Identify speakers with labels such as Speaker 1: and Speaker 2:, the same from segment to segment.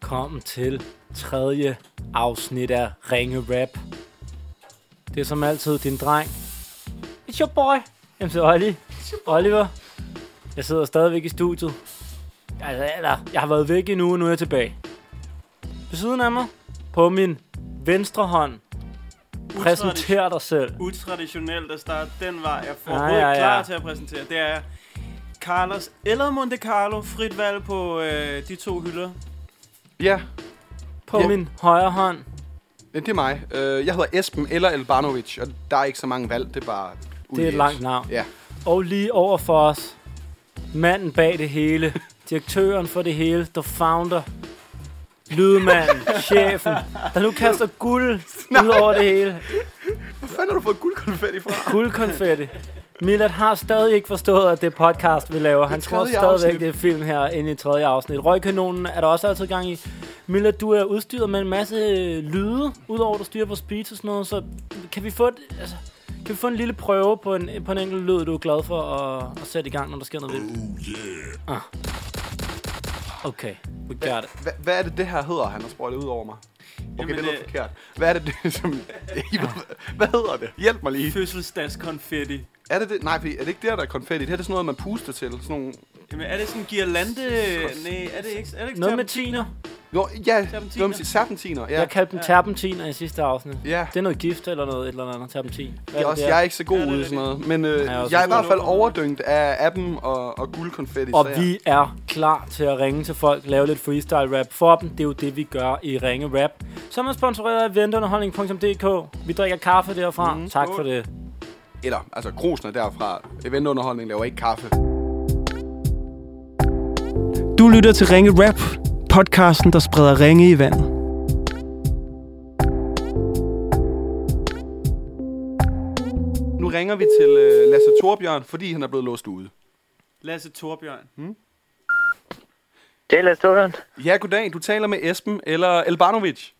Speaker 1: Velkommen til tredje afsnit af Ringe Rap. Det er som altid din dreng. It's your boy, MC Olli. Oliver. Jeg sidder stadigvæk i studiet. Altså, eller, jeg har været væk endnu, og nu er jeg tilbage. Ved siden af mig, på min venstre hånd, præsenter dig selv.
Speaker 2: utraditionelt at starte den vej. Jeg får
Speaker 1: Ja,
Speaker 2: overhovedet
Speaker 1: ja,
Speaker 2: ja,
Speaker 1: ja.
Speaker 2: klar til at præsentere. Det er Carlos eller Monte Carlo. Frit valg på øh, de to hylder.
Speaker 3: Ja,
Speaker 1: På
Speaker 3: Ja.
Speaker 1: min højre hånd,
Speaker 3: men det er mig. Øh, Jeg hedder Esben eller Elbanovic, og der er ikke så mange valg, det er bare...
Speaker 1: det er et
Speaker 3: uliges.
Speaker 1: langt navn.
Speaker 3: Ja.
Speaker 1: Og lige over for os, manden bag det hele, direktøren for det hele, the founder, lydmanden, chefen, der nu kaster guld ud over det hele.
Speaker 3: Hvor fanden har du fået guldkonfetti fra?
Speaker 1: Guldkonfetti. Milad har stadig ikke forstået, at det er podcast, vi laver. Han tror
Speaker 3: tredje
Speaker 1: stadigvæk,
Speaker 3: afsnit.
Speaker 1: det er film her inde i tredje afsnit. Røgkanonen er der også altid gang i. Milad, du er udstyret med en masse øh, lyde, udover at du styrer på speech og sådan noget, så kan vi få, et, altså, kan vi få en lille prøve på en, på en enkelt lyd, du er glad for at, at sætte i gang, når der sker noget vildt? Ah. Okay, we got it.
Speaker 3: Hva, hvad er det, det her hedder, han har sprøjtet ud over mig? Okay,
Speaker 2: Jamen,
Speaker 3: Jamen, det lyder
Speaker 2: øh,
Speaker 3: forkert. Hvad er det, det som... I ved- hvad hedder det? Hjælp mig lige.
Speaker 2: Fødselsdagskonfetti.
Speaker 3: Er det det? Nej, fordi er det ikke der, der er konfetti? Det her det er sådan noget, man puster til. Sådan nogle...
Speaker 2: Jamen, er det sådan en girlande? Nej, er det ikke? Er det ikke
Speaker 1: Noget med
Speaker 2: terpen-
Speaker 1: tiner.
Speaker 3: Jo, ja,
Speaker 2: Serpentiner.
Speaker 3: serpentiner. Serpentiner, ja.
Speaker 1: Jeg kaldte dem terpentiner i sidste afsnit.
Speaker 3: Ja,
Speaker 1: Det er noget gift eller noget, et eller andet terpentin. Hvad
Speaker 3: det er
Speaker 1: det
Speaker 3: også,
Speaker 1: der?
Speaker 3: jeg er ikke så god
Speaker 2: Ja, det er
Speaker 3: ude i sådan noget. Men øh,
Speaker 1: er
Speaker 3: jeg,
Speaker 1: også
Speaker 3: er i
Speaker 2: sådan
Speaker 3: hvert fald
Speaker 2: noget.
Speaker 3: overdyngt af appen og, og guldkonfetti.
Speaker 1: Og
Speaker 3: så jeg-
Speaker 1: vi er klar til at ringe til folk, lave lidt freestyle rap for dem. Det er jo det, vi gør i Ringe Rap, som er sponsoreret af venteunderholdning.dk. Vi drikker kaffe derfra. Mm,
Speaker 3: Mm,
Speaker 1: tak
Speaker 2: skål.
Speaker 1: for det.
Speaker 3: Eller, altså, grusen er derfra. Eventunderholdning laver ikke kaffe.
Speaker 2: Du lytter til Ringe Rap, podcasten, der spreder ringe i vandet.
Speaker 3: Nu ringer vi til øh, Lasse Torbjørn, fordi han er blevet låst ude.
Speaker 2: Lasse Torbjørn.
Speaker 4: Det er Lars Torbjørn.
Speaker 3: Ja, goddag. Du taler med Esben eller Elbanovic.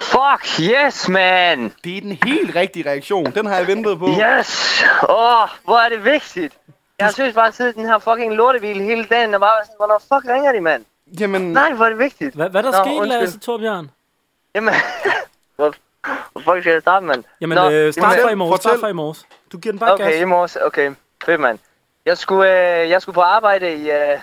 Speaker 4: Fuck yes, man!
Speaker 3: Det er den helt rigtige reaktion. Den har jeg ventet på.
Speaker 4: Yes! Åh, oh, hvor er det vigtigt! Jeg har seriøst bare siddet i den her fucking lortebil hele dagen og bare været sådan, hvornår fuck ringer de, mand?
Speaker 3: Jamen,
Speaker 4: Nej, hvor er det vigtigt!
Speaker 1: Hva, hvad er der
Speaker 4: Nå,
Speaker 1: skete,
Speaker 4: undskyld.
Speaker 1: Lasse Torbjørn?
Speaker 4: Jamen, hvor, hvor fuck skal jeg starte, mand?
Speaker 1: Jamen,
Speaker 4: Nå,
Speaker 1: øh, start
Speaker 3: jamen,
Speaker 1: fra i morges. Start
Speaker 3: fortæl.
Speaker 1: fra i morges. Du giver den bare
Speaker 4: Okay, i
Speaker 1: gas.
Speaker 4: morges, okay. Fedt, mand. Jeg skulle, øh, jeg skulle på arbejde i, øh,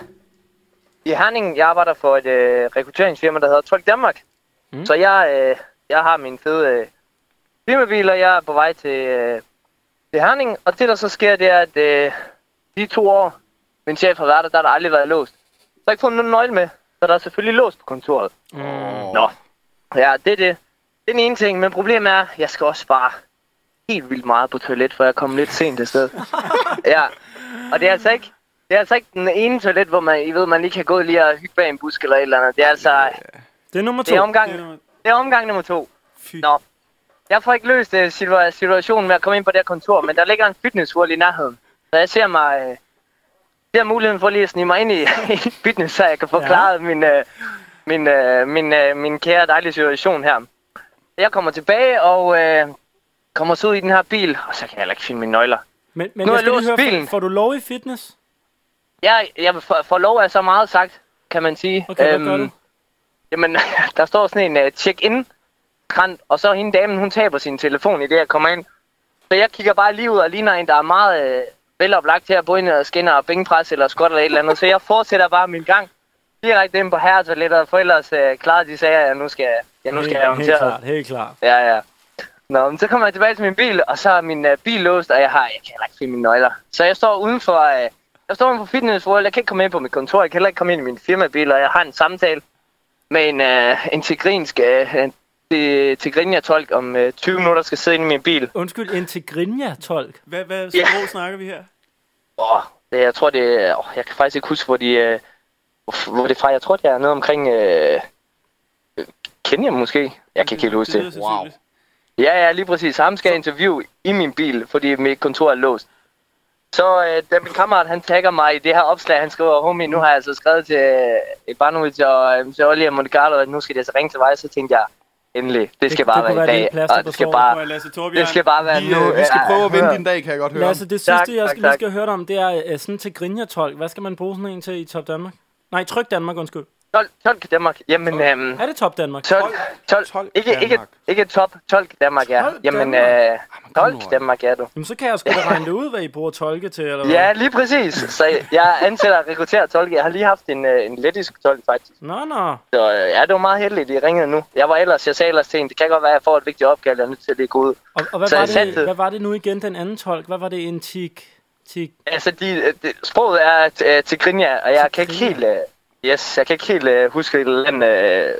Speaker 4: i Herning. Jeg arbejder for et øh, rekrutteringsfirma, der hedder Tryk Danmark.
Speaker 1: Mm.
Speaker 4: Mm. Så jeg, øh, jeg har min fede øh, firmabil, og jeg er på vej til, øh, til Herning. Og det, der så sker, det er, at øh, de to år, min chef har været der, der har der aldrig været låst. Så jeg har ikke fået nogen nøgle med, så der er selvfølgelig låst på kontoret.
Speaker 1: Mm.
Speaker 4: Nå. Ja, det er det. Det er den ene ting, men problemet er, jeg skal også bare helt vildt meget på toilet, for jeg kom lidt sent til sted. ja, og det er altså ikke, det er altså ikke den ene toilet, hvor man, I ved, man lige kan gå lige og hygge bag en busk eller et eller andet. Det er altså,
Speaker 1: Det er nummer to.
Speaker 4: det er omgang,
Speaker 2: Det er noget-
Speaker 4: det er omgang nummer to.
Speaker 2: Fy.
Speaker 4: Nå. Jeg får ikke løst øh, situa- situationen med at komme ind på det her kontor, men der ligger en fitnesswall i nærheden. Så jeg ser mig... Øh, ser muligheden for lige at snige mig ind i, i fitness, så jeg kan få
Speaker 1: Ja.
Speaker 4: ja. klaret min, øh, min, øh, min, øh, min kære dejlige situation her. Jeg kommer tilbage og øh, kommer så ud i den her bil, og så kan jeg heller ikke finde mine nøgler.
Speaker 1: Men, men
Speaker 4: Nu
Speaker 1: jeg
Speaker 4: er
Speaker 1: skal lige
Speaker 4: låst
Speaker 1: høre,
Speaker 4: bilen.
Speaker 1: får, får du lov i fitness?
Speaker 4: Jeg, jeg får, får lov af så meget sagt, kan man sige. Øhm,
Speaker 1: Okay, hvad gør du?
Speaker 4: Jamen, der står sådan en uh, check-in krant, og så hende damen, hun taber sin telefon i det, jeg kommer ind. Så jeg kigger bare lige ud og ligner en, der er meget øh, veloplagt her, både ind og skinner og bænkpres eller skot eller et eller andet. Så jeg fortsætter bare min gang direkte ind på herretoilettet, for ellers øh, klarer de sager, jeg nu skal, jeg nu skal
Speaker 1: helt,
Speaker 4: jeg
Speaker 1: helt
Speaker 4: håndtere.
Speaker 1: klart, helt klart.
Speaker 4: Ja, ja. Nå, men så kommer jeg tilbage til min bil, og så er min øh, bil låst, og jeg har, jeg kan heller ikke finde mine nøgler. Så jeg står udenfor, øh, jeg står udenfor Fitness World, jeg kan ikke komme ind på mit kontor, jeg kan heller ikke komme ind i min firmabil, og jeg har en samtale med en, øh, en tigrinsk, øh, en ti- tigrinja-tolk om øh, 20 minutter skal sidde inde i min bil.
Speaker 1: Undskyld, en Tigrinja-tolk.
Speaker 2: Hvad, hvad
Speaker 4: Ja.
Speaker 2: sprog snakker vi her?
Speaker 4: Åh, det, jeg tror det, er- åh, jeg kan faktisk ikke huske, hvor de, øh, hvor- hvor det er fra, jeg tror det er noget omkring, øh, øh, Kenya måske? Jeg kan ikke helt huske det.
Speaker 2: lyder sandsynligt.
Speaker 4: Ja, ja, lige præcis. Ham skal jeg interviewe i min bil, fordi mit kontor er låst. Så øh, da min kammerat, han tagger mig i det her opslag, han skriver, homie, nu har jeg altså skrevet til øh, Ivanovic og øh, til Olli og Monte Carlo, at nu skal de altså ringe til mig, så tænkte jeg, endelig, det skal
Speaker 1: Det-
Speaker 4: det, bare
Speaker 1: det kunne
Speaker 4: være i
Speaker 1: være
Speaker 4: dag,
Speaker 1: lidt plaster
Speaker 4: og
Speaker 1: på
Speaker 4: det skal
Speaker 1: såret,
Speaker 2: Prøv
Speaker 4: bare,
Speaker 2: at Lasse Torbjørn.
Speaker 4: det skal bare være
Speaker 3: vi,
Speaker 4: nu.
Speaker 3: øh, vi skal
Speaker 4: Ja,
Speaker 3: prøve at
Speaker 4: hør.
Speaker 3: vende din dag, kan jeg godt høre.
Speaker 1: Lasse, det sidste,
Speaker 4: Tak,
Speaker 1: jeg
Speaker 4: tak,
Speaker 1: skal, vi
Speaker 4: tak.
Speaker 1: skal høre dig om, det er øh, sådan en Tigrinja-tolk. Hvad skal man bruge sådan en til i Top Danmark? Nej, Tryk Danmark, undskyld.
Speaker 4: 12, 12 i Danmark. Jamen, øhm,
Speaker 1: Er det Top Danmark?
Speaker 4: 12, 12,
Speaker 3: 12
Speaker 4: ikke, ikke,
Speaker 3: Danmark.
Speaker 4: ikke top, 12 Danmark, ja.
Speaker 1: 12
Speaker 4: Jamen,
Speaker 1: Danmark.
Speaker 4: øh,
Speaker 3: men kom
Speaker 4: 12
Speaker 3: nu, altså.
Speaker 4: Danmark, ja, du.
Speaker 1: Jamen, så kan jeg sgu da regne det ud, hvad I bruger tolke til, eller hvad?
Speaker 4: Ja, lige præcis. Så jeg ansætter og rekrutterer tolke. Jeg har lige haft en, øh, en lettisk tolk, faktisk.
Speaker 1: Nå, nå.
Speaker 4: Så øh, ja, det var meget heldigt, I ringede nu. Jeg var ellers, jeg sagde ellers til en, det kan godt være, at jeg får et vigtigt opgave, jeg er nødt til at lige gå ud.
Speaker 1: Og, og hvad,
Speaker 4: Så
Speaker 1: var
Speaker 4: jeg
Speaker 1: det,
Speaker 4: satte-
Speaker 1: hvad var det nu igen, den anden tolk? Hvad var det, en tik? tik?
Speaker 4: Altså, de, de, sproget er øh, til Grinja, og jeg kan ikke helt... Øh, yes, jeg kan ikke helt øh, huske, hvilket land, øh,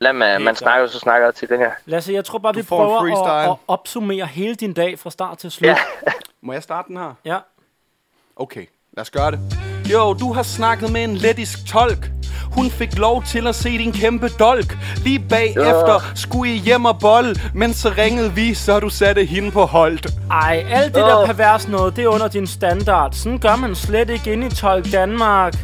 Speaker 4: land man, man
Speaker 1: klart.
Speaker 4: snakker, så snakker til Grinja.
Speaker 1: Lasse, jeg tror bare, vi
Speaker 3: får en
Speaker 1: prøver at,
Speaker 3: freestyle.
Speaker 1: at opsummere hele din dag fra start til slut.
Speaker 4: Ja,
Speaker 3: Må jeg starte den her?
Speaker 1: ja.
Speaker 3: Okay, lad os gøre det. Jo, du har snakket med en lettisk tolk. Hun fik lov til at se din kæmpe dolk. Lige bagefter skulle I hjem og bold, men så ringede vi, så du satte hende på holdt.
Speaker 1: Ej, alt det der
Speaker 4: Åh.
Speaker 1: pervers noget, det er under din standard. Sådan gør man slet ikke inde i Tolk Danmark.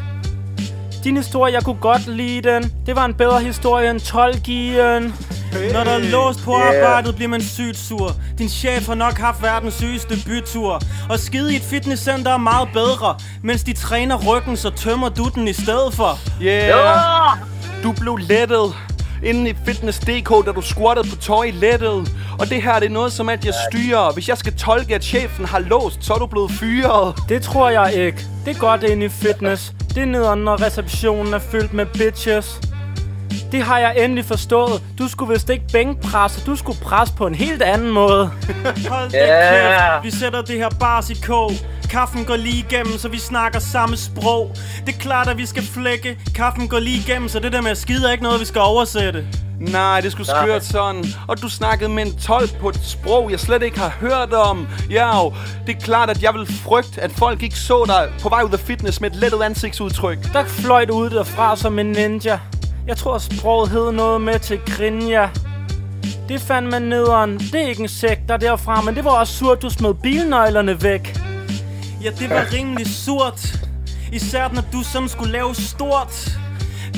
Speaker 1: Din historie, jeg kunne godt lide den. Det var en bedre historie end Tolkien.
Speaker 2: Når der er låst på arbejdet, bliver man sygt sur. Din chef har nok haft verdens sygeste bytur. Og skide i et fitnesscenter er meget bedre. Mens de træner ryggen, så tømmer du den i stedet for.
Speaker 3: Yeah. Du blev lettet inden i fitness.dk, da du squattede på toilettet. Og det her, det er noget som at jeg styrer. Hvis jeg skal tolke, at chefen har låst, så er du blevet fyret.
Speaker 1: Det tror jeg ikke. Det er godt inde i fitness. Det er nederen, når receptionen er fyldt med bitches. Det har jeg endelig forstået. Du skulle vist ikke bænkpresse. Du skulle presse på en helt anden måde.
Speaker 2: Hold da
Speaker 4: Ja.
Speaker 2: kæft, vi sætter det her bars i kog. Kaffen går lige igennem, så vi snakker samme sprog. Det er klart, at vi skal flække. Kaffen går lige igennem, så det der med at skide er ikke noget, vi skal oversætte.
Speaker 3: Nej, det skulle skørt sådan. Og du snakkede med en tolk på et sprog, jeg slet ikke har hørt om. Ja, jo, det er klart, at jeg vil frygte, at folk ikke så dig på vej ud af fitness med et lettet ansigtsudtryk.
Speaker 1: Der fløj du ud derfra som en ninja. Jeg tror, sproget hed noget med til Grinja. Det fandt man nederen. Det er ikke en sektor derfra, men det var også surt, du smed bilnøglerne væk.
Speaker 2: Ja, det var rimelig surt. Især når du som skulle lave stort.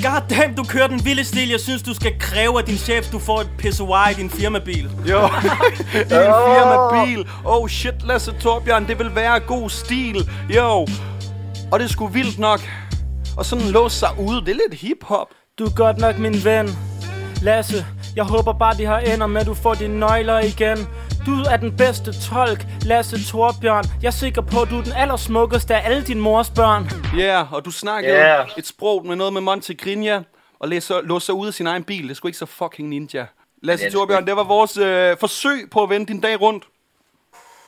Speaker 2: Goddamn, du kører den vilde stil. Jeg synes, du skal kræve af din chef, du får et pissoir i din firmabil.
Speaker 3: Jo, din firmabil. Oh shit, Lasse Torbjørn, det vil være god stil. Jo, og det skulle vildt nok. Og sådan låse sig ude, det er lidt hiphop.
Speaker 1: Du er godt nok min ven. Lasse, jeg håber bare, det her ender med, at du får dine nøgler igen. Du er den bedste tolk, Lasse Torbjørn. Jeg er sikker på, at du er den allersmukkeste af alle dine mors børn.
Speaker 3: Ja, yeah, og du snakkede
Speaker 4: Ja.
Speaker 3: yeah. et sprog med noget med Montegrinja, og læser, låste sig ud af sin egen bil. Det skulle ikke så fucking ninja. Lasse
Speaker 4: det er
Speaker 3: Torbjørn, det var vores øh, forsøg på at vende din dag rundt.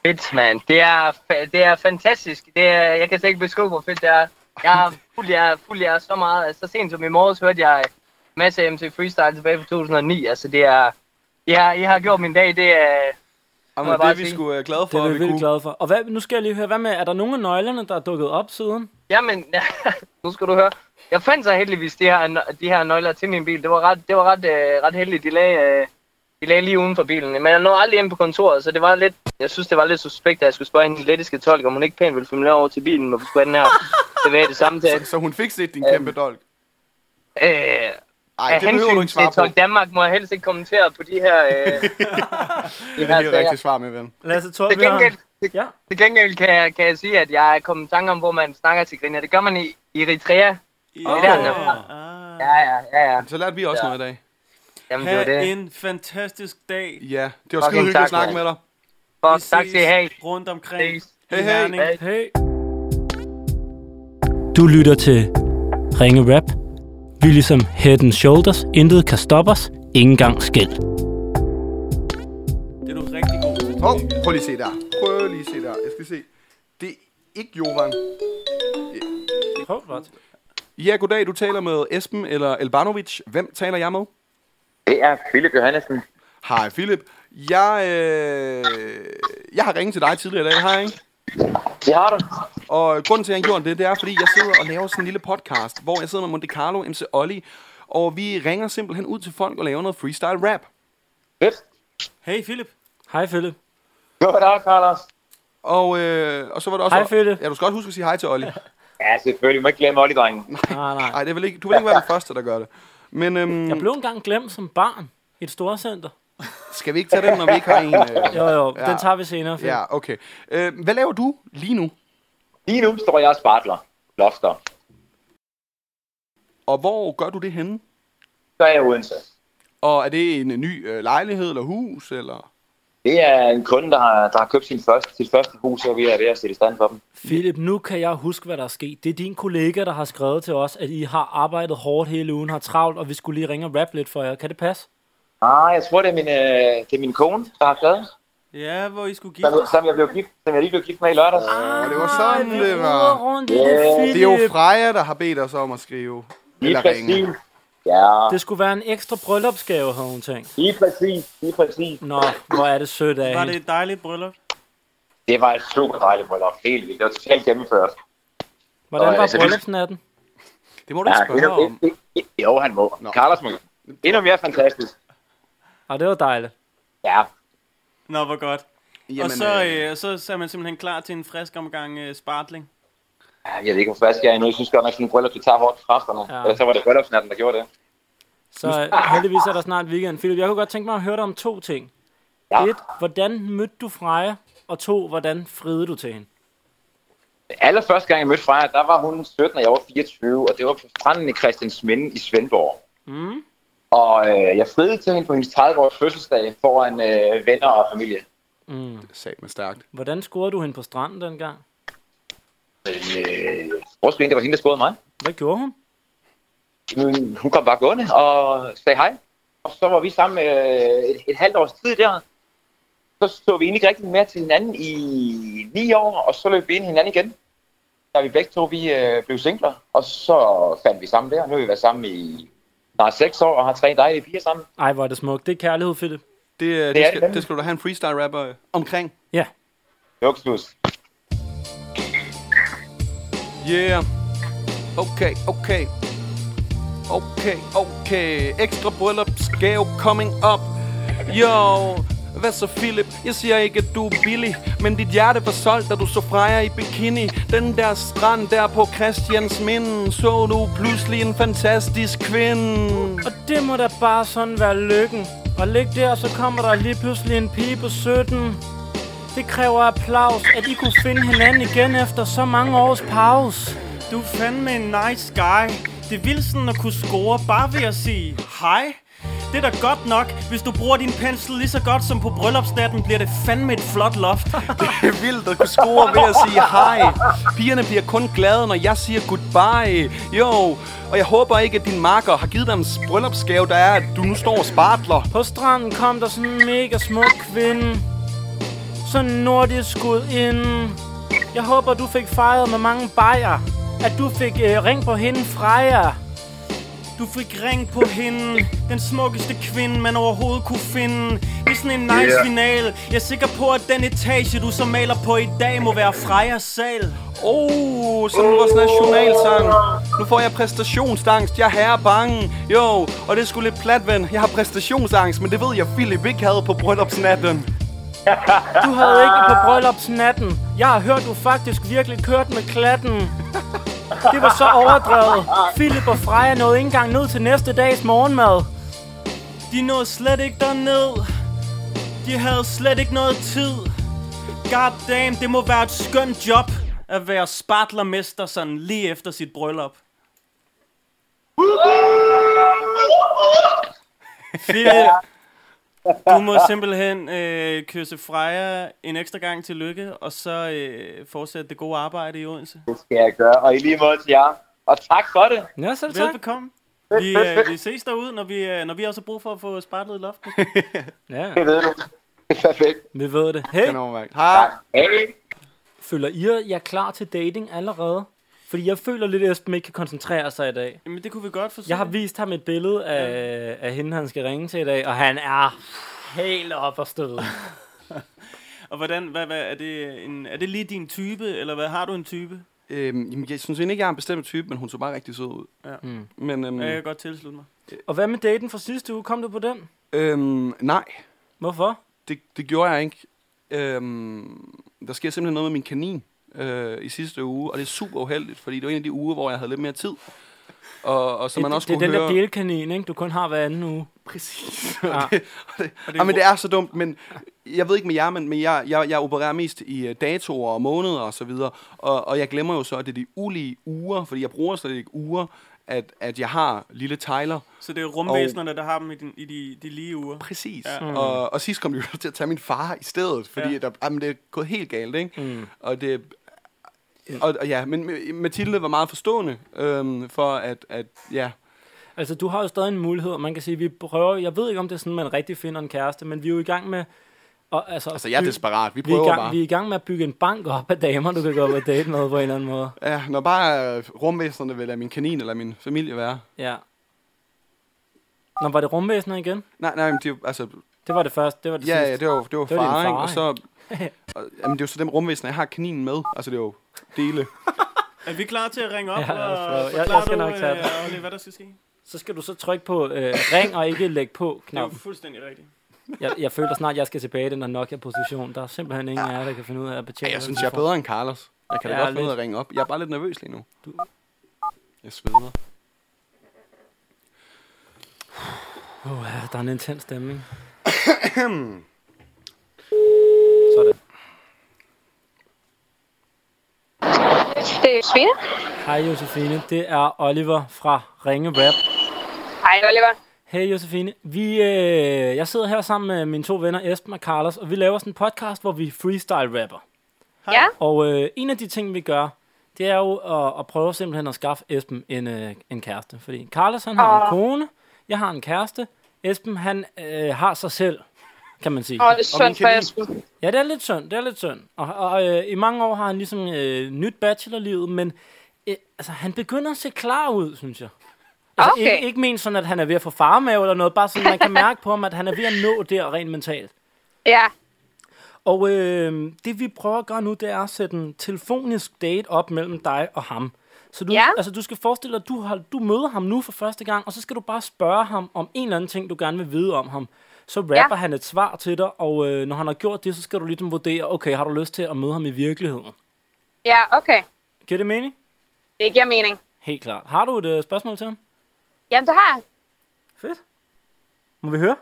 Speaker 4: Fedt, mand. Det er, fa- det er fantastisk. Det er, jeg kan slet ikke beskrive, hvor fedt det er. Jeg er fuld, jeg er fuld, jeg er så meget. Altså, så sent som i morges hørte jeg en masse MC Freestyle tilbage fra 2009. Altså, det er... Ja, I har gjort min dag, det er...
Speaker 3: Jamen,
Speaker 4: må jeg
Speaker 3: det er
Speaker 4: bare
Speaker 3: vi
Speaker 4: sige.
Speaker 3: sgu øh, glade
Speaker 1: Det
Speaker 3: for,
Speaker 1: er vi
Speaker 3: at vi
Speaker 1: vildt
Speaker 3: kunne.
Speaker 1: glade for. Og hvad, nu skal jeg lige høre, hvad med, er der nogen af nøglerne, der er dukket op siden?
Speaker 4: Jamen, nu skal du høre. Jeg fandt så heldigvis de her, nø- de her nøgler til min bil. Det var ret, det var ret, øh, ret heldigt. De lagde, øh, de lagde lige uden for bilen. Men jeg nåede aldrig ind på kontoret, så det var lidt... Jeg synes, det var lidt suspekt, at jeg skulle spørge en lettiske tolk, om hun ikke pænt ville følge med over til bilen, og vi skulle have den her private samtale.
Speaker 3: Så hun fik set
Speaker 4: Øhm,
Speaker 3: din kæmpe dolk.
Speaker 4: Øh,
Speaker 3: Ej,
Speaker 4: af
Speaker 3: det behøver du
Speaker 4: hensyn
Speaker 3: ikke
Speaker 4: til
Speaker 3: svare på.
Speaker 4: Tolk Danmark må jeg helst ikke kommentere på de her... Øh,
Speaker 3: Det
Speaker 4: de
Speaker 3: er
Speaker 4: her
Speaker 3: helt
Speaker 4: sager.
Speaker 3: rigtigt svar med, ven.
Speaker 1: Lasse
Speaker 4: Til
Speaker 1: Torbjørn.
Speaker 4: gengæld, til,
Speaker 1: Ja.
Speaker 4: til gengæld kan, jeg, kan jeg sige, at jeg er kommet i tanke om, hvor man snakker til griner. Det gør man i, i Eritrea.
Speaker 2: Yeah.
Speaker 4: der, den er fra.
Speaker 2: Ah.
Speaker 4: Ja, ja, ja, ja.
Speaker 3: Så lærte vi også
Speaker 4: Ja.
Speaker 3: noget i dag.
Speaker 4: Jamen, det var
Speaker 2: Ha'
Speaker 4: det.
Speaker 2: en fantastisk dag.
Speaker 3: Ja, det var
Speaker 4: Fucking
Speaker 3: skide hyggeligt
Speaker 4: tak,
Speaker 3: at snakke med dig.
Speaker 4: mand.
Speaker 2: Vi
Speaker 4: Fuck, tak til
Speaker 2: ses
Speaker 4: jer. Hey.
Speaker 2: Rundt omkring.
Speaker 4: Ses.
Speaker 2: i
Speaker 3: Hey, hey.
Speaker 2: Herning.
Speaker 4: Hey.
Speaker 1: Hey. Du lytter til Ringe Rap. Vi er ligesom Head and Shoulders. Intet kan stoppe os. Ingen gang skæld.
Speaker 2: Det er du rigtig god til.
Speaker 3: Hov, prøv lige at se der. Prøv lige at se der. Jeg skal se. Det er ikke Jovan. Ja, goddag. Du taler med Esben eller Elbanovic. Hvem taler jeg med?
Speaker 5: Det er Philip Johannesen.
Speaker 3: Hej, Philip. Jeg, øh, jeg har ringet til dig tidligere i dag, har jeg ikke?
Speaker 5: Det har du.
Speaker 3: Og grunden til, at jeg gjorde det, det er, fordi jeg sidder og laver sådan en lille podcast, hvor jeg sidder med Monte Carlo, MC Olli, og vi ringer simpelthen ud til folk og laver noget freestyle rap.
Speaker 5: Fedt.
Speaker 2: Hey, Philip.
Speaker 1: Hej, Philip.
Speaker 5: Goddag, Carlos.
Speaker 3: Og, øh, og så var der også...
Speaker 1: Hej, Philip.
Speaker 3: Ja, du skal også huske at sige hej til Olli.
Speaker 5: Ja, selvfølgelig. Må ikke glemme Olli, drengen.
Speaker 1: Nej, nej.
Speaker 3: Nej, det er vel ikke, du vil ikke være den første, der gør det. Men øhm,
Speaker 1: Jeg blev engang glemt som barn i et storcenter.
Speaker 3: skal vi ikke tage den, når vi ikke har en... Øh...
Speaker 1: Jo, jo.
Speaker 3: Ja.
Speaker 1: Den tager vi senere, Philip.
Speaker 3: Ja, okay. Øh, hvad laver du lige nu?
Speaker 5: Lige nu står jeg og spartler. Lofter.
Speaker 3: og hvor gør du det henne?
Speaker 6: Så er jeg i Odense.
Speaker 3: Og er det en ny øh, lejlighed eller hus, eller?
Speaker 6: Det er en kunde, der har, der har købt sin første, sit første hus, og vi er ved at sætte i stand for dem.
Speaker 1: Philip, nu kan jeg huske, hvad der er sket. Det er din kollega, der har skrevet til os, at I har arbejdet hårdt hele ugen, har travlt, og vi skulle lige ringe og rappe lidt for jer. Kan det passe?
Speaker 6: Ah, jeg tror, det er min, øh, det er min kone, der har skrevet.
Speaker 2: Ja, hvor I skulle give
Speaker 6: Som, som, jeg blev gift, som jeg lige blev gift med i lørdags.
Speaker 3: Ah.
Speaker 4: Og det var sådan, det
Speaker 1: Ruder
Speaker 4: var.
Speaker 1: rundt i det,
Speaker 4: Det er jo
Speaker 1: Philip.
Speaker 4: Freja, der har bedt os om at skrive.
Speaker 6: lige
Speaker 4: Eller ringe.
Speaker 6: præcis. Ja,
Speaker 1: Det skulle være en ekstra bryllupsgave, havde hun tænkt.
Speaker 6: lige præcis, lige præcis.
Speaker 1: Nå, hvor er det sødt af
Speaker 2: Var
Speaker 1: hende.
Speaker 2: det et dejligt bryllup?
Speaker 6: Det var et super dejligt bryllup. Helt vildt. Det var totalt gennemført.
Speaker 1: Hvordan
Speaker 6: Nå,
Speaker 1: var
Speaker 6: altså, det-
Speaker 1: bryllupsnatten?
Speaker 3: Det må du ikke spørge om.
Speaker 6: ikke- ikke- jo, han må.
Speaker 3: Nå.
Speaker 6: Carlos må. Endnu mere fantastisk.
Speaker 1: Og det var dejligt.
Speaker 6: Ja,
Speaker 2: Nå, hvor godt. Jamen, og
Speaker 3: Jamen,
Speaker 2: så,
Speaker 3: øh,
Speaker 2: øh, så, så er man simpelthen klar til en frisk omgang øh, spartling.
Speaker 6: jeg ved ikke, hvor fast jeg er endnu. Jeg synes godt nok, at sådan en bryllup, det tager hårdt kræfterne.
Speaker 1: Ja.
Speaker 6: Ja. Ellers så var det bryllupsnatten, der gjorde det.
Speaker 1: Så øh, heldigvis er der snart weekend. Philip, jeg kunne godt tænke mig at høre dig om to ting.
Speaker 6: Ja.
Speaker 1: Et, hvordan mødte du Freja? Og to, hvordan friede du til hende?
Speaker 6: Allerførste gang, jeg mødte Freja, der var hun 17, og jeg var 24, og det var på stranden i Christiansminde i Svendborg.
Speaker 1: Mm.
Speaker 6: Og øh, jeg friede til hende på hendes 30-års fødselsdag foran øh, venner og familie.
Speaker 1: Mm.
Speaker 3: Sag med stærkt.
Speaker 1: Hvordan scorede du hende på stranden dengang?
Speaker 6: Men øh, jeg tror det var hende, der skåede mig.
Speaker 1: Hvad gjorde hun?
Speaker 6: Hun- hun kom bare gående og sagde hej. Og så var vi sammen øh, et, et halvt års tid der. Så så vi egentlig ikke rigtig mere til hinanden i ni år, og så løb vi ind i hinanden igen. Da vi begge to vi, øh, blev singler, og så fandt vi sammen der. Nu har vi været sammen i snart seks år og har tre dejlige piger sammen.
Speaker 1: Ej, hvor er det smukt. Det er kærlighed, Philip.
Speaker 3: Det, øh, det,
Speaker 6: det
Speaker 3: det,
Speaker 6: er
Speaker 3: skal,
Speaker 6: det.
Speaker 3: det skal du da have en freestyle rapper øh, omkring.
Speaker 1: Ja.
Speaker 6: Luksus.
Speaker 3: Yeah. Okay, okay. Okay, okay. Ekstra bryllupsgave coming up. Yo. Hvad så, Philip? Jeg siger ikke, at du er billig, men dit hjerte var solgt, da du så Freja i bikini. Den der strand der på Christians Mind, så du pludselig en fantastisk kvinde.
Speaker 1: Og det må da bare sådan være lykken. Og ligge der, og så kommer der lige pludselig en pige på 17. Det kræver applaus, at I kunne finde hinanden igen efter så mange års pause.
Speaker 2: Du er fandme en nice guy. Det er vildt sådan at kunne score bare ved at sige hej. Det er da godt nok. Hvis du bruger din pensel lige så godt som på bryllupsnatten, bliver det fandme et flot loft.
Speaker 3: Det er vildt at kunne score ved at sige hej. Pigerne bliver kun glade, når jeg siger goodbye. Jo, og jeg håber ikke, at din makker har givet dig en bryllupsgave, der er, at du nu står og spartler.
Speaker 1: På stranden kom der sådan en mega smuk kvinde. Sådan en nordisk skud inden. Jeg håber, du fik fejret med mange bajer. At du fik øh, ring på hende, Freja.
Speaker 2: Du fik ring på hende. Den smukkeste kvinde, man overhovedet kunne finde. Det er sådan en nice yeah. final. Jeg er sikker på, at den etage, du så maler på i dag, må være Frejas sal.
Speaker 3: Oh, sådan vores nationalsang. Nu får jeg præstationsangst, jeg er herre bange. Jo, og det er sgu lidt plat, ven. Jeg har præstationsangst, men det ved jeg, Philip ikke havde på bryllupsnatten.
Speaker 1: Du havde ikke på bryllupsnatten. Jeg har hørt, du faktisk virkelig kørt med klatten. Det var så overdrevet. Philip og Freja nåede ikke engang ned til næste dags morgenmad.
Speaker 2: De nåede slet ikke derned. De havde slet ikke noget tid. God damn, det må være et skønt job at være spartlermester sådan lige efter sit bryllup. Philip, du må simpelthen øh, kysse Freja en ekstra gang til lykke, og så øh, fortsætte det gode arbejde i Odense.
Speaker 6: Det skal jeg gøre, og i lige måde til jer. Og tak for det.
Speaker 1: Ja, selv tak.
Speaker 2: Velbekomme. Vi, øh, vi ses derude, når vi, øh, når vi også har brug for at få spartlet i loftet.
Speaker 1: Ja,
Speaker 6: Det ved du. Det er perfekt.
Speaker 1: vi ved det. Hey,
Speaker 3: Hej.
Speaker 6: Hey.
Speaker 1: føler I, at jeg er klar til dating allerede? Fordi jeg føler lidt, at Esben ikke kan koncentrere sig i dag.
Speaker 2: Jamen, det kunne vi godt forsøge.
Speaker 1: Jeg har vist ham et billede af, af hende, han skal ringe til i dag, og han er helt op og støde.
Speaker 2: Og hvordan, hvad, hvad, er, det en, er det lige din type, eller hvad, har du en type?
Speaker 3: Øhm, jamen, jeg synes egentlig ikke, jeg er en bestemt type, men hun så bare rigtig sød ud.
Speaker 2: Ja.
Speaker 3: Mm. Men øhm,
Speaker 2: Mm. Jeg kan godt tilslutte mig.
Speaker 1: Og hvad med daten fra sidste uge? Kom du på den?
Speaker 3: øhm, nej,
Speaker 1: Hvorfor?
Speaker 3: det, det gjorde jeg ikke. Øhm, der sker simpelthen noget med min kanin øh, i sidste uge, og det er super uheldigt, fordi det var en af de uger, hvor jeg havde lidt mere tid. Og, og så man
Speaker 1: det,
Speaker 3: også
Speaker 1: det er
Speaker 3: kunne
Speaker 1: den
Speaker 3: høre...
Speaker 1: der delkanin, ikke? Du kun har hver anden uge.
Speaker 3: Præcis.
Speaker 1: Ja.
Speaker 3: Og det, og det, det, men det er så dumt, men jeg ved ikke med jer, men, men jeg, jeg, jeg opererer mest i øh, datoer og måneder og så videre, og, og jeg glemmer jo så, at det er de ulige uger, fordi jeg bruger slet ikke uger at, at jeg har lille Tyler.
Speaker 2: Så det er rumvæsenerne, der har dem i, den, i de, de lige uger.
Speaker 3: Præcis.
Speaker 2: Ja.
Speaker 3: Ja.
Speaker 1: Mm.
Speaker 3: Og, og sidst kom de jo til at tage min far i stedet, fordi
Speaker 2: Ja.
Speaker 3: ja. der, jamen, det er gået helt galt, ikke? Mm. Og det... Og, og ja, men Ma- Mathilde var meget forstående øhm, for, at, at ja,
Speaker 1: Altså, du har jo stadig en mulighed, og man kan sige, vi prøver, jeg ved ikke, om det er sådan, man rigtig finder en kæreste, men vi er jo i gang med, og, altså,
Speaker 3: altså jeg er desperat, vi
Speaker 1: vi er,
Speaker 3: prøver
Speaker 1: i gang,
Speaker 3: bare.
Speaker 1: vi er i gang med at bygge en bank op af damer, du kan gå på date med på en eller anden måde.
Speaker 3: Ja, når bare øh, rumvæsenerne vil lade min kanin eller min familie være.
Speaker 1: Ja. Nå, var det rumvæsener igen?
Speaker 3: Nej, nej, men det er jo, altså,
Speaker 1: Det var det første, det var det
Speaker 3: ja, ja,
Speaker 1: sidste.
Speaker 3: det var, det var,
Speaker 1: Det var
Speaker 3: far,
Speaker 1: din
Speaker 3: ikke?
Speaker 1: far,
Speaker 3: Og så, og, jamen, det er jo så dem rumvæsener, jeg har kaninen med. Altså, det er jo dele.
Speaker 2: Er vi klar til at ringe op?
Speaker 1: Ja,
Speaker 2: og,
Speaker 1: lad os prøve. Jeg- jeg
Speaker 2: forklarer
Speaker 1: skal
Speaker 2: du,
Speaker 1: nok tage den.
Speaker 2: øh, Olli, hvad der skal ske?
Speaker 1: Så skal du så trykke på øh, ring og ikke lægge på
Speaker 2: Det er jo
Speaker 1: knappen.
Speaker 2: fuldstændig rigtigt.
Speaker 1: Jeg, jeg føler snart, jeg skal tilbage i den der Nokia-position. Der er simpelthen ingen af jer, der kan finde ud af at betjene
Speaker 3: Ja, jeg
Speaker 1: den
Speaker 3: synes, jeg er
Speaker 1: telefon.
Speaker 3: bedre end Carlos. Jeg kan da
Speaker 1: Ja,
Speaker 3: godt finde ud
Speaker 1: lidt.
Speaker 3: af at ringe op. Jeg er bare lidt nervøs lige nu.
Speaker 1: Du-
Speaker 3: Jeg sveder.
Speaker 1: Åh, ja, der er en intens stemning. Sådan.
Speaker 7: Det er Svine.
Speaker 1: Hej Josefine, det er Oliver fra Ringe Rap.
Speaker 7: Hej, Oliver.
Speaker 1: Hej Josefine, vi, øh, jeg sidder her sammen med mine to venner Esben og Carlos, og vi laver sådan en podcast, hvor vi freestyle rapper.
Speaker 7: Ja,
Speaker 1: Og øh, en af de ting, vi gør, det er jo at, at prøve simpelthen at skaffe Esben en, øh, en kæreste. Fordi Carlos, han har en kone, jeg har en kæreste, Esben, han øh, har sig selv, kan man sige.
Speaker 7: og det er synd
Speaker 6: min
Speaker 7: for
Speaker 6: kanin.
Speaker 7: Esben.
Speaker 1: Ja, det er lidt synd, det er lidt synd. Og, og øh, i mange år har han ligesom øh, nyt bachelorlivet, men øh, altså, han begynder at se klar ud, synes jeg. Altså,
Speaker 7: Okay.
Speaker 1: ikke, ikke ment sådan, at han er ved at få farmave eller noget, bare sådan, man kan mærke på ham, at han er ved at nå der rent mentalt.
Speaker 7: Ja,
Speaker 1: Og øh, det vi prøver at gøre nu, det er at sætte en telefonisk date op mellem dig og ham. Så du,
Speaker 7: Ja.
Speaker 1: altså, du skal forestille dig, at du, har, du møder ham nu for første gang, og så skal du bare spørge ham om en eller anden ting, du gerne vil vide om ham. Så rapper ja.
Speaker 7: Ja.
Speaker 1: han et svar til dig, og øh, når han har gjort det, så skal du ligesom vurdere, okay, har du lyst til at møde ham i virkeligheden?
Speaker 7: ja, okay.
Speaker 1: Giver det mening?
Speaker 7: Det giver mening.
Speaker 1: Helt klart. Har du et øh, spørgsmål til ham?
Speaker 7: Jamen, det har jeg.
Speaker 1: Fedt. Må vi høre?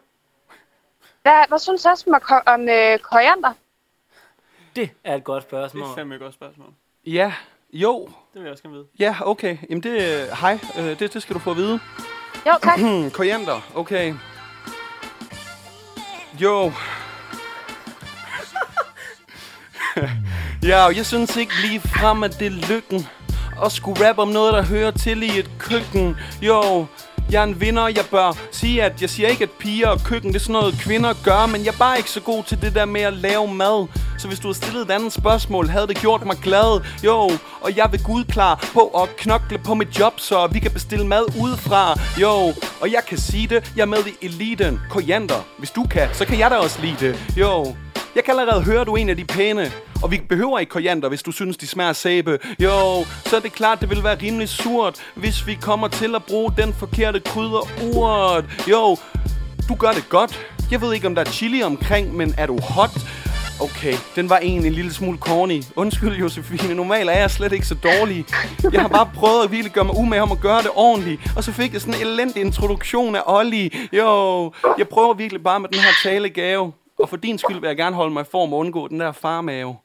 Speaker 7: Hvad, hvad synes Esben om ko- om øh, koriander?
Speaker 1: Det er et godt
Speaker 2: Det er
Speaker 1: spørgsmål.
Speaker 2: fandme et godt spørgsmål.
Speaker 3: Ja, jo.
Speaker 2: Det vil jeg også gerne vide.
Speaker 3: Ja, okay. Jamen, det... øh, Hej, øh, det, det skal du få at vide.
Speaker 7: Jo, tak.
Speaker 3: Hmm, koriander, okay. Jo. ja, og jeg synes ikke lige frem, at det er lykken. Og skulle rappe om noget, der hører til i et køkken. Jo, jeg er en vinder, jeg bør sige, at jeg siger ikke, at piger og køkken, det er sådan noget, kvinder gør, men jeg er bare ikke så god til det der med at lave mad. Så hvis du havde stillet et andet spørgsmål, havde det gjort mig glad. Jo, og jeg vil gud klar på at knokle på mit job, så vi kan bestille mad udefra. Jo, og jeg kan sige det, jeg er med i eliten. Koriander, hvis du kan, så kan jeg da også lide det. Jo, jeg kan allerede høre, du er en af de pæne. Og vi behøver ikke koriander, hvis du synes, de smager af sæbe. Jo, så er det klart, det vil være rimelig surt, hvis vi kommer til at bruge den forkerte krydderurt. Jo, du gør det godt. Jeg ved ikke, om der er chili omkring, men er du hot? Okay, den var egentlig en lille smule corny. Undskyld, Josefine. Normalt er jeg slet ikke så dårlig. Jeg har bare prøvet at virkelig gøre mig umage om at gøre det ordentligt. Og så fik jeg sådan en elendig introduktion af Olli. Jo, jeg prøver virkelig bare med den her talegave. Og for din skyld vil jeg gerne holde mig i form og undgå den der farmave.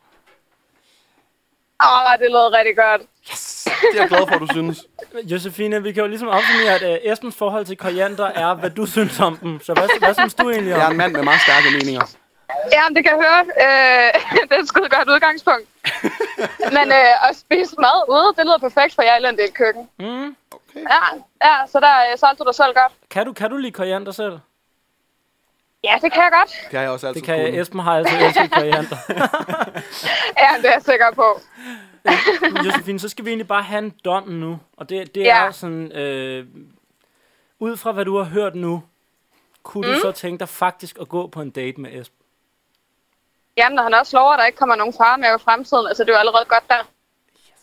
Speaker 7: Åh, det lød rigtig godt.
Speaker 3: Det er jeg glad for, du synes.
Speaker 1: Josefine, vi kan jo ligesom opsummere, at øh, Esbens forhold til koriander er, hvad du synes om dem. Så hvad, hvad synes du egentlig om
Speaker 3: Jeg er en mand med meget stærke meninger.
Speaker 7: Jamen, det kan jeg høre. Øh, det er et skide godt udgangspunkt. Men øh, at spise mad ude, det lyder perfekt, for jeg er elendig i et køkken. Mm. Okay. Ja, ja, så der øh, solgte du dig selv godt.
Speaker 1: Kan du, kan du lide koriander selv? Det
Speaker 7: Ja, det kan jeg godt.
Speaker 3: Det har jeg også altid
Speaker 1: kan jeg.
Speaker 3: kunnet.
Speaker 1: Esben har altid elsket koriander.
Speaker 7: Ja, det er jeg sikker på.
Speaker 1: Josefine, så skal vi egentlig bare have en dom nu. Og det, det
Speaker 7: Ja.
Speaker 1: er sådan... Øh, ud fra hvad du har hørt nu, kunne mm. du så tænke dig faktisk at gå på en date med Esben?
Speaker 7: Jamen, når han også lover, at der ikke kommer nogen fare med i fremtiden, altså det er jo allerede godt der.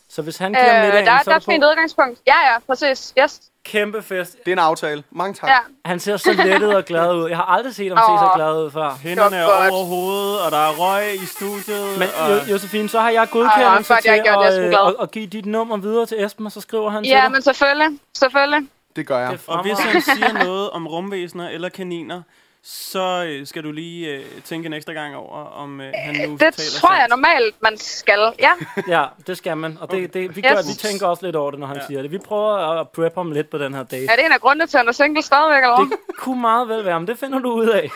Speaker 1: Så hvis han giver øh,
Speaker 7: Øh,
Speaker 1: middagen,
Speaker 7: der,
Speaker 1: så
Speaker 7: der
Speaker 1: er
Speaker 7: er
Speaker 1: du
Speaker 7: et fint
Speaker 1: på
Speaker 7: udgangspunkt. Ja, ja, præcis. Yes.
Speaker 1: kæmpe fest.
Speaker 3: Det er en aftale. Mange tak.
Speaker 7: Ja.
Speaker 1: Han ser så lettet og glad ud. Jeg har aldrig set ham se så
Speaker 7: Åh.
Speaker 1: glad ud før.
Speaker 2: Hænderne er
Speaker 7: godt.
Speaker 2: over hovedet, og der er røg i studiet.
Speaker 1: Men
Speaker 2: og...
Speaker 1: jo, Josefine, så har jeg
Speaker 7: Ej, hvor er det
Speaker 1: godkendelse
Speaker 7: godt,
Speaker 1: til
Speaker 7: jeg har gjort
Speaker 1: at,
Speaker 7: Esben
Speaker 1: øh,
Speaker 7: glad.
Speaker 1: at, at give dit nummer videre til Esben, og så skriver han
Speaker 7: Ja,
Speaker 1: til dig.
Speaker 7: men selvfølgelig. Selvfølgelig.
Speaker 3: Det gør jeg.
Speaker 1: Det er
Speaker 2: Og hvis
Speaker 1: fremragende.
Speaker 2: han siger noget om rumvæsener eller kaniner, så øh, skal du lige øh, tænke en ekstra gang over, om øh, han nu
Speaker 7: Det
Speaker 2: taler
Speaker 7: tror jeg
Speaker 2: sandt.
Speaker 7: normalt, man skal. Ja,
Speaker 1: Ja, det skal man. Og det, det, vi, gør,
Speaker 7: Yes.
Speaker 1: vi tænker også lidt over det, når han ja. siger det. Vi prøver at prep ham lidt på den her date.
Speaker 7: er det en af grundene til, at han er single stadigvæk, eller hvad?
Speaker 1: Det kunne meget vel være, men det finder du ud af.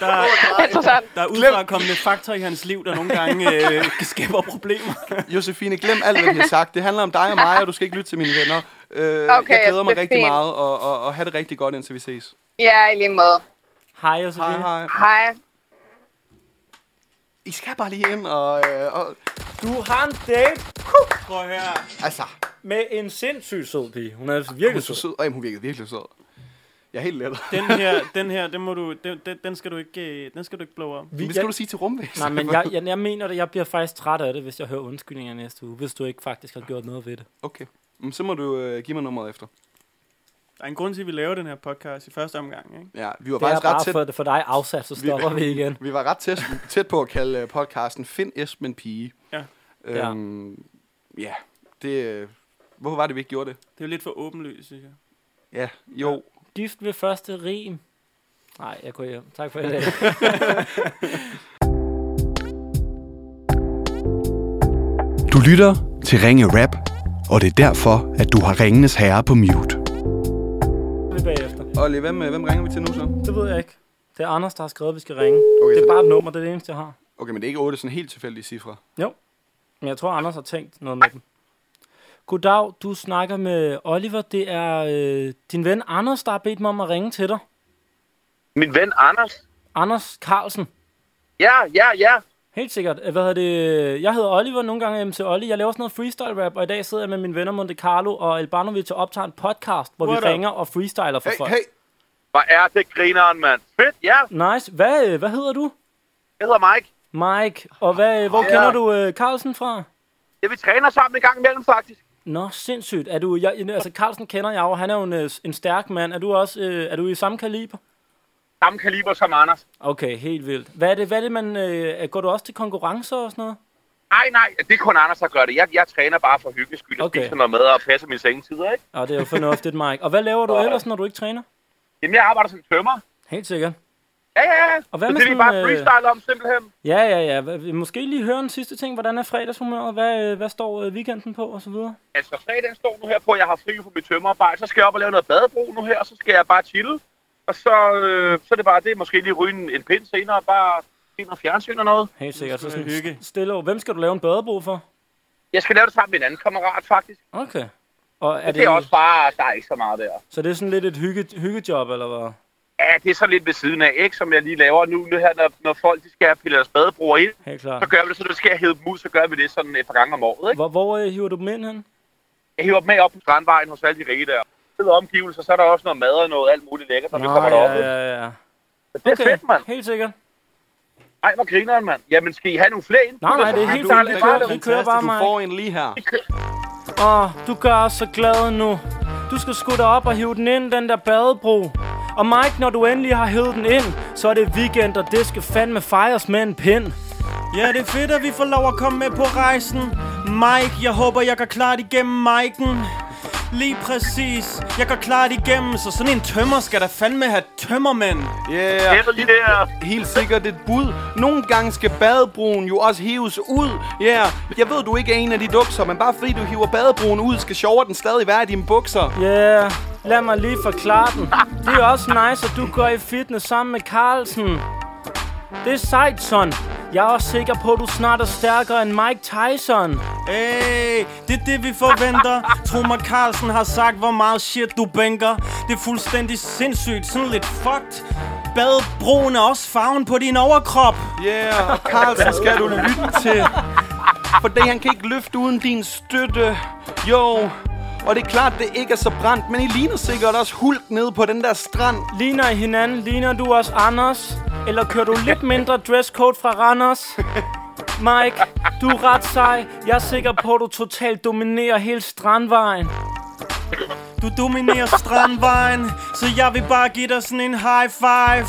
Speaker 2: Der,
Speaker 7: Interessant.
Speaker 2: der er udfrakommende faktorer i hans liv, der nogle gange øh, skaber problemer.
Speaker 3: Josefine, glem alt, hvad vi har sagt. Det handler om dig og mig, og du skal ikke lytte til mine venner. Øh,
Speaker 7: Okay,
Speaker 3: jeg glæder mig
Speaker 7: det er
Speaker 3: rigtig
Speaker 7: fint.
Speaker 3: meget, og, og, og have det rigtig godt, indtil vi ses.
Speaker 7: Ja, i lige måde.
Speaker 1: Hej, Josefine.
Speaker 3: Hej, hej.
Speaker 7: Hej.
Speaker 3: I skal bare lige ind, og, øh, og
Speaker 1: Du har en date
Speaker 2: Prøv her.
Speaker 3: altså,
Speaker 1: med en sindssygt sød pige. Hun er altså virkelig
Speaker 3: så
Speaker 1: sød.
Speaker 3: sød. Jamen, hun virkede virkelig sød. Jeg er helt lettere.
Speaker 2: Den her, den her, den må du, den, den, den skal du ikke, øh, den skal du ikke blow op.
Speaker 1: Vi,
Speaker 3: Men det skal du sige til rumvæsen.
Speaker 1: Nej, men jeg, jeg, jeg mener det. Jeg bliver faktisk træt af det, hvis jeg hører undskyldninger næste uge, hvis du ikke faktisk har gjort noget ved det.
Speaker 3: Okay. Men så må du øh, give mig nummeret efter.
Speaker 2: Der er en grund til, at vi laver den her podcast i første omgang, ikke?
Speaker 3: Ja, vi var
Speaker 1: Det er
Speaker 3: faktisk ret
Speaker 1: bare
Speaker 3: tæt.
Speaker 1: for, for dig afsat, så stopper vi igen.
Speaker 3: Vi var ret tæt, tæt på at kalde øh, podcasten Find Esben Pige.
Speaker 2: Ja.
Speaker 3: Øhm, ja. ja. Det, øh, hvorfor var det, vi ikke gjorde det?
Speaker 2: Det er jo lidt for åbenløst, synes jeg.
Speaker 3: Ja, jo.
Speaker 1: Gift ved første rim. Nej, jeg går hjem. Tak for i dag.
Speaker 8: Du lytter til Ringe Rap, og det er derfor, at du har Ringenes Herre på mute.
Speaker 1: Vi bagefter.
Speaker 3: Olli, hvem, øh, hvem ringer vi til nu så?
Speaker 1: Det ved jeg ikke. Det er Anders, der har skrevet, at vi skal ringe.
Speaker 3: Okay,
Speaker 1: Det
Speaker 3: så-
Speaker 1: er bare et nummer, det er det eneste, jeg har.
Speaker 3: Okay, men det er ikke otte sådan helt tilfældige cifre.
Speaker 1: Men jeg tror, Anders har tænkt noget med dem. Goddag, du snakker med Oliver. Det er øh, din ven Anders, der har bedt mig om at ringe til dig.
Speaker 5: Min ven Anders.
Speaker 1: Anders Carlsen.
Speaker 5: Ja, ja, ja.
Speaker 1: Helt sikkert. Øh, Hvad hedder det? Jeg hedder Oliver, nogle gange MC Olli. Jeg laver sådan noget freestyle rap, og i dag sidder jeg med mine venner Monte Carlo og Elbanovic og optager en podcast, hvor
Speaker 2: What
Speaker 1: vi
Speaker 2: up?
Speaker 1: ringer og freestyler for folk.
Speaker 5: Hvor er det grineren, mand. Fedt, ja.
Speaker 1: Nice. Hvad, øh, hvad hedder du?
Speaker 5: Jeg hedder Mike.
Speaker 1: Mike. Og hvad, øh, hvor kender du øh, Carlsen fra?
Speaker 5: Ja, vi træner sammen en gang imellem, faktisk.
Speaker 1: Nå, sindssygt. Er du, jeg, altså Carlsen kender jeg jo, han er jo en, øh, en stærk mand. Er du også øh, er du i samme kaliber?
Speaker 5: Samme kaliber som Anders.
Speaker 1: Okay, helt vildt. Hvad er det, hvad er det man, øh, går du også til konkurrencer og sådan noget?
Speaker 5: Nej, nej, det er kun Anders, der gør det. Jeg, jeg træner bare for hyggens skyld. Jeg
Speaker 1: Okay.
Speaker 5: okay. spiser noget mad og passer mine sengetider, ikke?
Speaker 1: Åh, det er jo fornuftigt, Mike. Og hvad laver du ellers, når du ikke træner?
Speaker 5: Jamen, jeg arbejder som tømmer.
Speaker 1: Helt sikkert.
Speaker 5: Ja, ja, ja.
Speaker 1: Og hvad
Speaker 5: så
Speaker 1: med
Speaker 5: det vi
Speaker 1: sådan,
Speaker 5: bare
Speaker 1: øh,
Speaker 5: freestyle om, simpelthen.
Speaker 1: Ja, ja, ja. Hva- Måske lige høre en sidste ting. Hvordan er fredagshumøret? Hvad, øh, hvad står øh, weekenden på og så videre?
Speaker 5: Altså, fredagen står nu her på, at jeg har fri på mit tømmerarbejde. Så skal jeg op og lave noget badebro nu her, og så skal jeg bare chille. Og så, øh, så er det bare det. Måske lige ryge en, en pind senere og bare se noget fjernsyn og noget.
Speaker 1: Helt sikkert. Så
Speaker 2: skal
Speaker 1: sådan
Speaker 2: være hygge.
Speaker 1: st- stille over. Hvem skal du lave en badebro for?
Speaker 5: Jeg skal lave det sammen med en anden kammerat, faktisk.
Speaker 1: Okay. Og er
Speaker 5: Det, det
Speaker 1: det,
Speaker 5: er også bare, der er ikke så meget der.
Speaker 1: Så det er sådan lidt et hygge, hyggejob, eller hvad?
Speaker 5: Ja, det er så lidt ved siden af, ikke? Som jeg lige laver nu, nu her, når, når folk de skal have pillet deres badebroer ind.
Speaker 1: Helt klart.
Speaker 5: Så gør vi det, så det skal jeg hæve dem ud, så gør vi det sådan et par gange om året, ikke?
Speaker 1: Hvor, hvor øh, hiver du dem ind hen?
Speaker 5: Jeg hiver dem med op på strandvejen hos alle de rige der. Fede omgivelser, så er der også noget mad og noget alt muligt lækkert, når vi kommer
Speaker 1: ja,
Speaker 5: derop.
Speaker 1: ja, ja.
Speaker 5: Det er
Speaker 1: Okay,
Speaker 5: fedt, mand.
Speaker 1: helt sikkert.
Speaker 5: Ej, hvor grineren, mand. Jamen, skal I have nogle flere ind?
Speaker 1: Nej, nej, det er helt
Speaker 3: Du,
Speaker 1: klart.
Speaker 3: vi
Speaker 1: Vi
Speaker 3: kører-
Speaker 1: kører, vi kører bare,
Speaker 3: Du
Speaker 1: Mike.
Speaker 3: får en lige her.
Speaker 1: Åh, du gør os så glad nu. Du skal sgu da op og hive den ind, den der badebro. Og Mike, når du endelig har hævet den ind, så er det weekend, og det skal fandme fejres med en pind.
Speaker 2: Ja, det er fedt, at vi får lov at komme med på rejsen. Mike, jeg håber, jeg går klart igennem Mike'en. Lige præcis. Jeg går klart igennem, så sådan en tømmer skal der fandme have tømmermænd.
Speaker 3: Yeah.
Speaker 5: Efter lige der.
Speaker 3: Helt sikkert et bud. Nogle gange skal badebroen jo også hives ud. Ja, yeah. jeg ved, du ikke er en af de dukser, men bare fordi du hiver badebroen ud, skal sjovere den stadig være i dine bukser.
Speaker 1: Ja, yeah, lad mig lige forklare den. Det er også nice, at du går i fitness sammen med Carlsen. Det er sejt, son. Jeg er også sikker på, at du snart er stærkere end Mike Tyson.
Speaker 2: Hey, det er det, vi forventer. Tro mig, Carlsen har sagt, hvor meget shit du bænker. Det er fuldstændig sindssygt, sådan lidt fucked. Badebroen er også farven på din overkrop.
Speaker 3: Yeah, og Carlsen skal du lytte til. For det, han kan ikke løfte uden din støtte. Jo, og det er klart, det ikke er så brændt, men I ligner sikkert også hulk nede på den der strand.
Speaker 1: Ligner I hinanden? Ligner du også Anders? Eller kører du lidt mindre dresscode fra Randers? Mike, du er ret sej. Jeg er sikker på, at du totalt dominerer hele Strandvejen.
Speaker 2: Du dominerer strandvejen, så jeg vil bare give dig sådan en high five.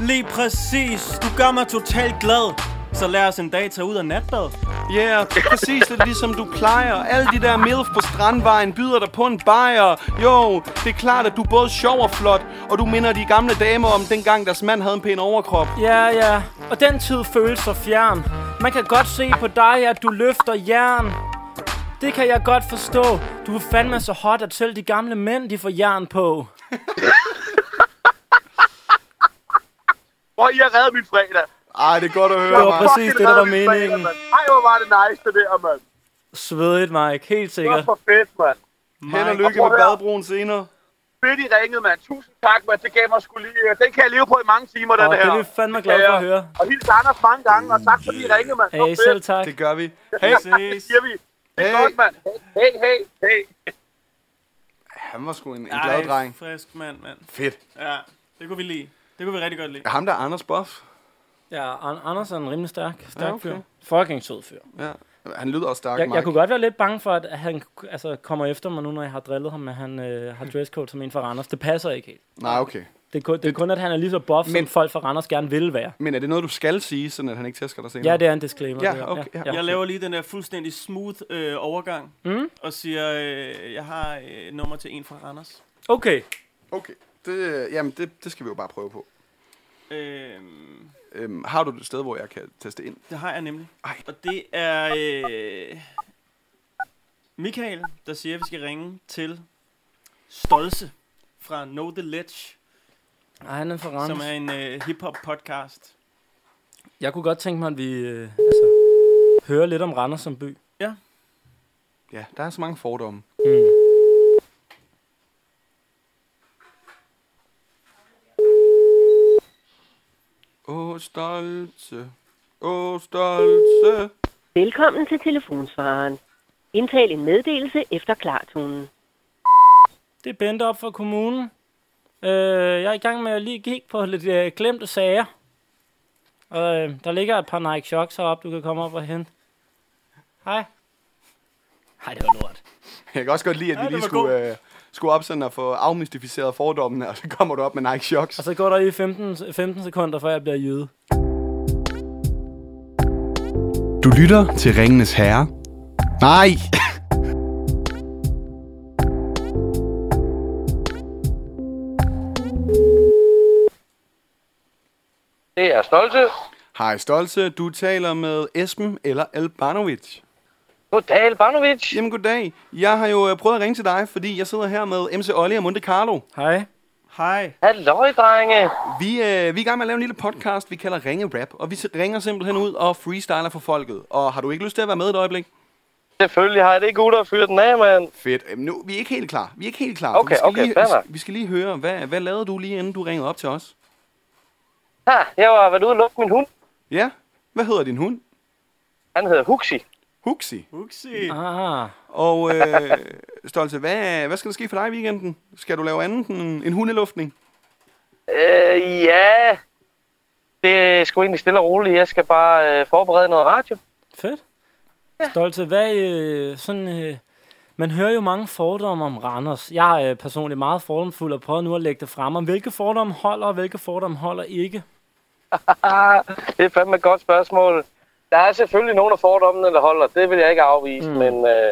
Speaker 2: Lige præcis, du gør mig totalt glad. Så lad os en dag tage ud og natbad.
Speaker 3: Ja, yeah, præcis lidt ligesom du plejer. Alle de der milf på strandvejen byder dig på en bajer. Jo, det er klart, at du er både sjov og flot, og du minder de gamle damer om dengang deres mand havde en pæn overkrop.
Speaker 1: Ja, ja. Og den tid føles så fjern. Man kan godt se på dig, at du løfter jern. Det kan jeg godt forstå. Du er fandme så hot, at selv de gamle mænd, de får jern på.
Speaker 4: Hvor I har reddet min fredag.
Speaker 3: Ej, det er godt at høre,
Speaker 1: Det var
Speaker 3: mand.
Speaker 1: præcis det, der var
Speaker 4: Fucking reddet min fredag,
Speaker 1: meningen.
Speaker 4: mand. Ej, hvor var det nice, det der, mand.
Speaker 1: Svedigt, Mike. Helt
Speaker 4: Det var
Speaker 1: sikkert.
Speaker 4: for fedt, mand.
Speaker 3: Held og lykke med
Speaker 4: Og prøv at høre.
Speaker 3: badebroen senere.
Speaker 4: Fedt, I ringede, mand. Tusind tak, mand. Det gav mig sgu lige...
Speaker 5: øh,
Speaker 4: Den kan jeg leve på i mange timer, den
Speaker 1: Og det
Speaker 4: her.
Speaker 1: er vi fandme glade for at høre. Mm.
Speaker 4: Og hils Anders mange gange, og tak fordi I ringede, mand.
Speaker 1: Hey,
Speaker 4: fedt.
Speaker 1: selv tak.
Speaker 3: Det gør vi.
Speaker 4: Hey, det siger vi. Det er
Speaker 3: Hey.
Speaker 4: godt, mand. Hey, hey, hey.
Speaker 3: Han var sgu en, en glad dreng.
Speaker 2: frisk mand, mand.
Speaker 3: Fedt.
Speaker 2: Ja, det kunne vi lide. Det kunne vi rigtig godt lide.
Speaker 3: Ham der er Anders Boff.
Speaker 1: Ja, An- Anders er en rimelig stærk, stærk
Speaker 3: Ja,
Speaker 1: ja,
Speaker 3: okay.
Speaker 1: okay. fyr. Fucking sød fyr.
Speaker 3: Ja. Han lyder også stærk,
Speaker 1: Jeg,
Speaker 3: Mike.
Speaker 1: jeg kunne godt være lidt bange for, at han altså, kommer efter mig nu, når jeg har drillet ham, at han øh, har dresscode som en fra Randers. Det passer ikke helt.
Speaker 3: Nej, okay.
Speaker 1: Det er kun, det er kun at han er lige så buff, Men...
Speaker 3: Men-
Speaker 1: som folk fra Randers gerne vil være.
Speaker 3: Men er det noget, du skal sige, sådan at han ikke tæsker dig senere?
Speaker 1: Ja, det er en disclaimer.
Speaker 3: Ja,
Speaker 1: det her.
Speaker 3: okay, ja.
Speaker 2: Jeg laver lige den der fuldstændig smooth øh, overgang, mm? og siger, øh, jeg har øh, nummer til en fra Randers.
Speaker 1: Okay.
Speaker 3: Okay. Det, jamen, det, det skal vi jo bare prøve på.
Speaker 2: Øh,
Speaker 3: Øhm, har du et sted, hvor jeg kan teste ind?
Speaker 2: det har jeg nemlig.
Speaker 3: Ej.
Speaker 2: Og det er øh, Michael, der siger, at vi skal ringe til Stolse fra Know The Ledge,
Speaker 1: Ej, han er fra Randers.
Speaker 2: som er en øh, hip-hop podcast.
Speaker 1: Jeg kunne godt tænke mig, at vi øh, altså, hører lidt om Randers som by.
Speaker 3: Ja, der er så mange fordomme.
Speaker 1: Hmm.
Speaker 3: Åh, oh, stolse. Åh, oh, stolse.
Speaker 7: Velkommen til telefonsvaren. Indtal en meddelelse efter klartonen.
Speaker 1: Det er Bente op fra kommunen. Øh, jeg er i gang med at lige kigge på lidt øh, glemte sager. Og øh, der ligger et par Nike Shocks heroppe, du kan komme op og hente. Hej. Hej, det var lort.
Speaker 3: Jeg kan også godt lide, at vi
Speaker 2: Ja, den
Speaker 3: lige
Speaker 2: var
Speaker 3: skulle, øh, skulle op sådan og få afmystificeret fordommene, og så kommer du op med Nike Shocks.
Speaker 1: Og så går der lige 15, 15 sekunder, før jeg bliver jøde.
Speaker 8: Du lytter til Ringenes Herre. Nej!
Speaker 4: Det er stolte.
Speaker 3: Hej Stolse, du taler med Esben eller Albanovic.
Speaker 4: Goddag, Albanovic.
Speaker 3: Jamen goddag. Jeg har jo øh, prøvet at ringe til dig, fordi jeg sidder her med MC Olli og Monte Carlo.
Speaker 1: Hej.
Speaker 2: Hej.
Speaker 4: Halløj, drenge.
Speaker 3: Vi, øh, vi er i gang med at lave en lille podcast, vi kalder Ringe Rap, og vi s- ringer simpelthen ud og freestyler for folket. Og har du ikke lyst til at være med et øjeblik?
Speaker 4: Selvfølgelig har jeg det gutter at fyre den af, mand.
Speaker 3: Fedt. Øhm, nu, vi er ikke helt klar. Vi er ikke helt klar.
Speaker 4: Okay,
Speaker 3: vi skal
Speaker 4: okay,
Speaker 3: lige,
Speaker 4: fair
Speaker 3: vi,
Speaker 4: nok.
Speaker 3: vi skal lige høre, hvad, hvad lavede du lige inden du ringede op til os?
Speaker 4: Ha, jeg har været ude og lukke min hund.
Speaker 3: Ja, hvad hedder din hund?
Speaker 4: Han hedder Huxi.
Speaker 3: Huxi.
Speaker 2: Uxi.
Speaker 1: Ah,
Speaker 3: Og øh, Stolse, hvad, hvad skal der ske for dig i weekenden? Skal du lave andet end en hundeluftning?
Speaker 4: Øh, ja. Det er sgu egentlig stille og roligt. Jeg skal bare øh, forberede noget radio.
Speaker 1: fedt. Stolte, hvad øh, sådan... Øh, man hører jo mange fordomme om Randers. Jeg er øh, personligt meget fordomfuld og prøver nu at lægge det frem. Om hvilke fordomme holder, og hvilke fordomme holder ikke?
Speaker 4: Ah, det er fandme et godt spørgsmål. Der er selvfølgelig nogle af fordommene, der holder. Det vil jeg ikke afvise, mm. men, øh,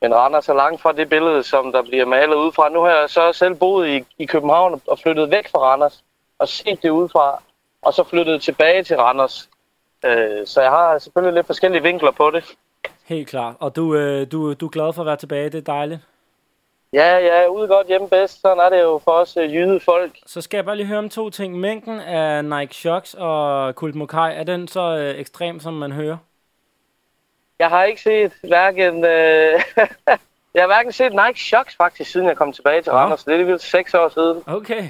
Speaker 4: men render så langt fra det billede, som der bliver malet udefra. Nu har jeg så selv boet i, i København og flyttet væk fra Randers og set det udefra, og så flyttet tilbage til Randers. Øh, så jeg har selvfølgelig lidt forskellige vinkler på det.
Speaker 1: Helt klart. Og du, øh, du, du er glad for at være tilbage, det er dejligt.
Speaker 4: Ja, ja, ude godt hjemme bedst. Sådan er det jo for os øh, jyde folk.
Speaker 1: Så skal jeg bare lige høre om to ting. Mængden af Nike Shocks og Kult Mokai, er den så øh, ekstrem, som man hører?
Speaker 4: Jeg har ikke set hverken... Øh, jeg har hverken set Nike Shocks faktisk, siden jeg kom tilbage til
Speaker 1: Nå.
Speaker 4: Randers. Det er lige seks år siden.
Speaker 1: Okay.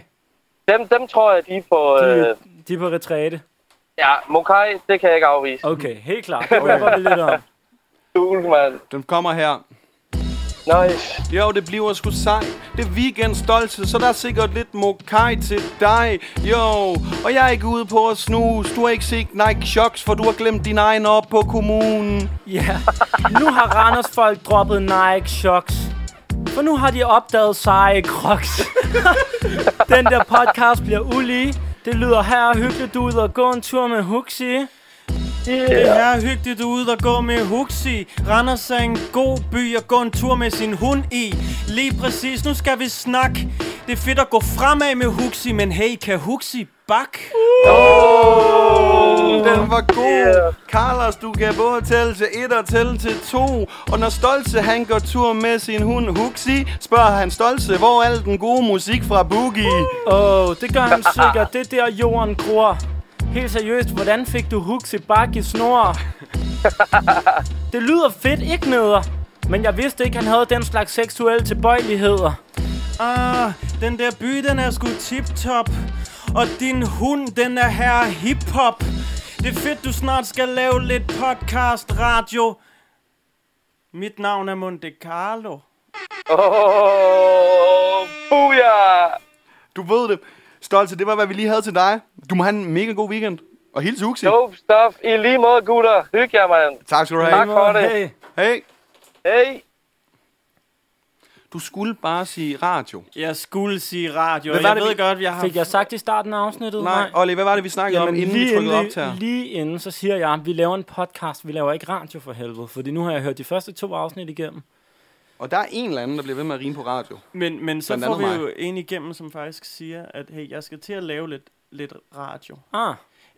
Speaker 4: Dem, dem tror jeg, de er på...
Speaker 1: De,
Speaker 4: Øh,
Speaker 1: de er på retræte.
Speaker 4: ja, Mokai, det kan jeg ikke afvise.
Speaker 1: Okay, helt klart. Det var bare lidt om.
Speaker 4: Cool, mand.
Speaker 3: Den kommer her.
Speaker 4: Nice.
Speaker 3: Jo, det bliver sgu sej. Det er weekend stolthed, så der er sikkert lidt mokai til dig. Jo, og jeg er ikke ude på at snuse. Du har ikke set Nike Shocks, for du har glemt din egen op på kommunen.
Speaker 1: Ja, nu har Randers folk droppet Nike Shocks. For nu har de opdaget seje crocs. Den der podcast bliver ulige. Det lyder her hyggeligt, du er ude og gå en tur med Huxi.
Speaker 2: Det er hyggeligt ude og gå med Huxi. Randers er en god by at gå en tur med sin hund i. Lige præcis, nu skal vi snakke. Det er fedt at gå fremad med Huxi, men hey, kan Huxi bak?
Speaker 3: Den var god. Yeah. Carlos, du kan både tælle til 1 og tælle til 2. Og når Stolze han går tur med sin hund Huxi, spørger han Stolze, hvor er al den gode musik fra Boogie?
Speaker 1: Åh, oh, det gør han sikkert. Det er der jorden gror. Helt seriøst, hvordan fik du Huxi bak i snor? det lyder fedt, ikke neder? Men jeg vidste ikke, han havde den slags seksuelle tilbøjeligheder.
Speaker 2: Ah, den der by, den er sgu tip-top. Og din hund, den er her hip-hop. Det er fedt, du snart skal lave lidt podcast radio. Mit navn er Monte Carlo.
Speaker 4: Åh, booyah!
Speaker 3: Du ved det. Stolze, det var, hvad vi lige havde til dig. Du må have en mega god weekend. Og hils Huxi.
Speaker 4: Dope stuff. I lige måde, gutter. Hyg jer, mand.
Speaker 3: Tak skal du have.
Speaker 4: Tak for det.
Speaker 1: Hey,
Speaker 3: Hey,
Speaker 4: Hey.
Speaker 3: du skulle bare sige radio.
Speaker 2: Jeg skulle sige radio.
Speaker 3: Hvad
Speaker 2: Hvad
Speaker 3: var
Speaker 2: jeg
Speaker 3: det,
Speaker 2: ved
Speaker 3: vi-
Speaker 2: godt, jeg har...
Speaker 1: fik jeg sagt i starten af afsnittet?
Speaker 3: Ah, Nej, Olli, hvad var det, vi snakkede om, inden vi trykkede op til her?
Speaker 1: lige inden, så siger jeg, at vi laver en podcast. Vi laver ikke radio for helvede, fordi nu har jeg hørt de første to afsnit igennem.
Speaker 3: Og der er en eller anden, der bliver ved med at rime på radio.
Speaker 2: Men, men så
Speaker 3: Blandt
Speaker 2: får vi
Speaker 3: andet
Speaker 2: jo en igennem, som faktisk siger, at hey, jeg skal til at lave lidt, lidt radio.
Speaker 1: Ah,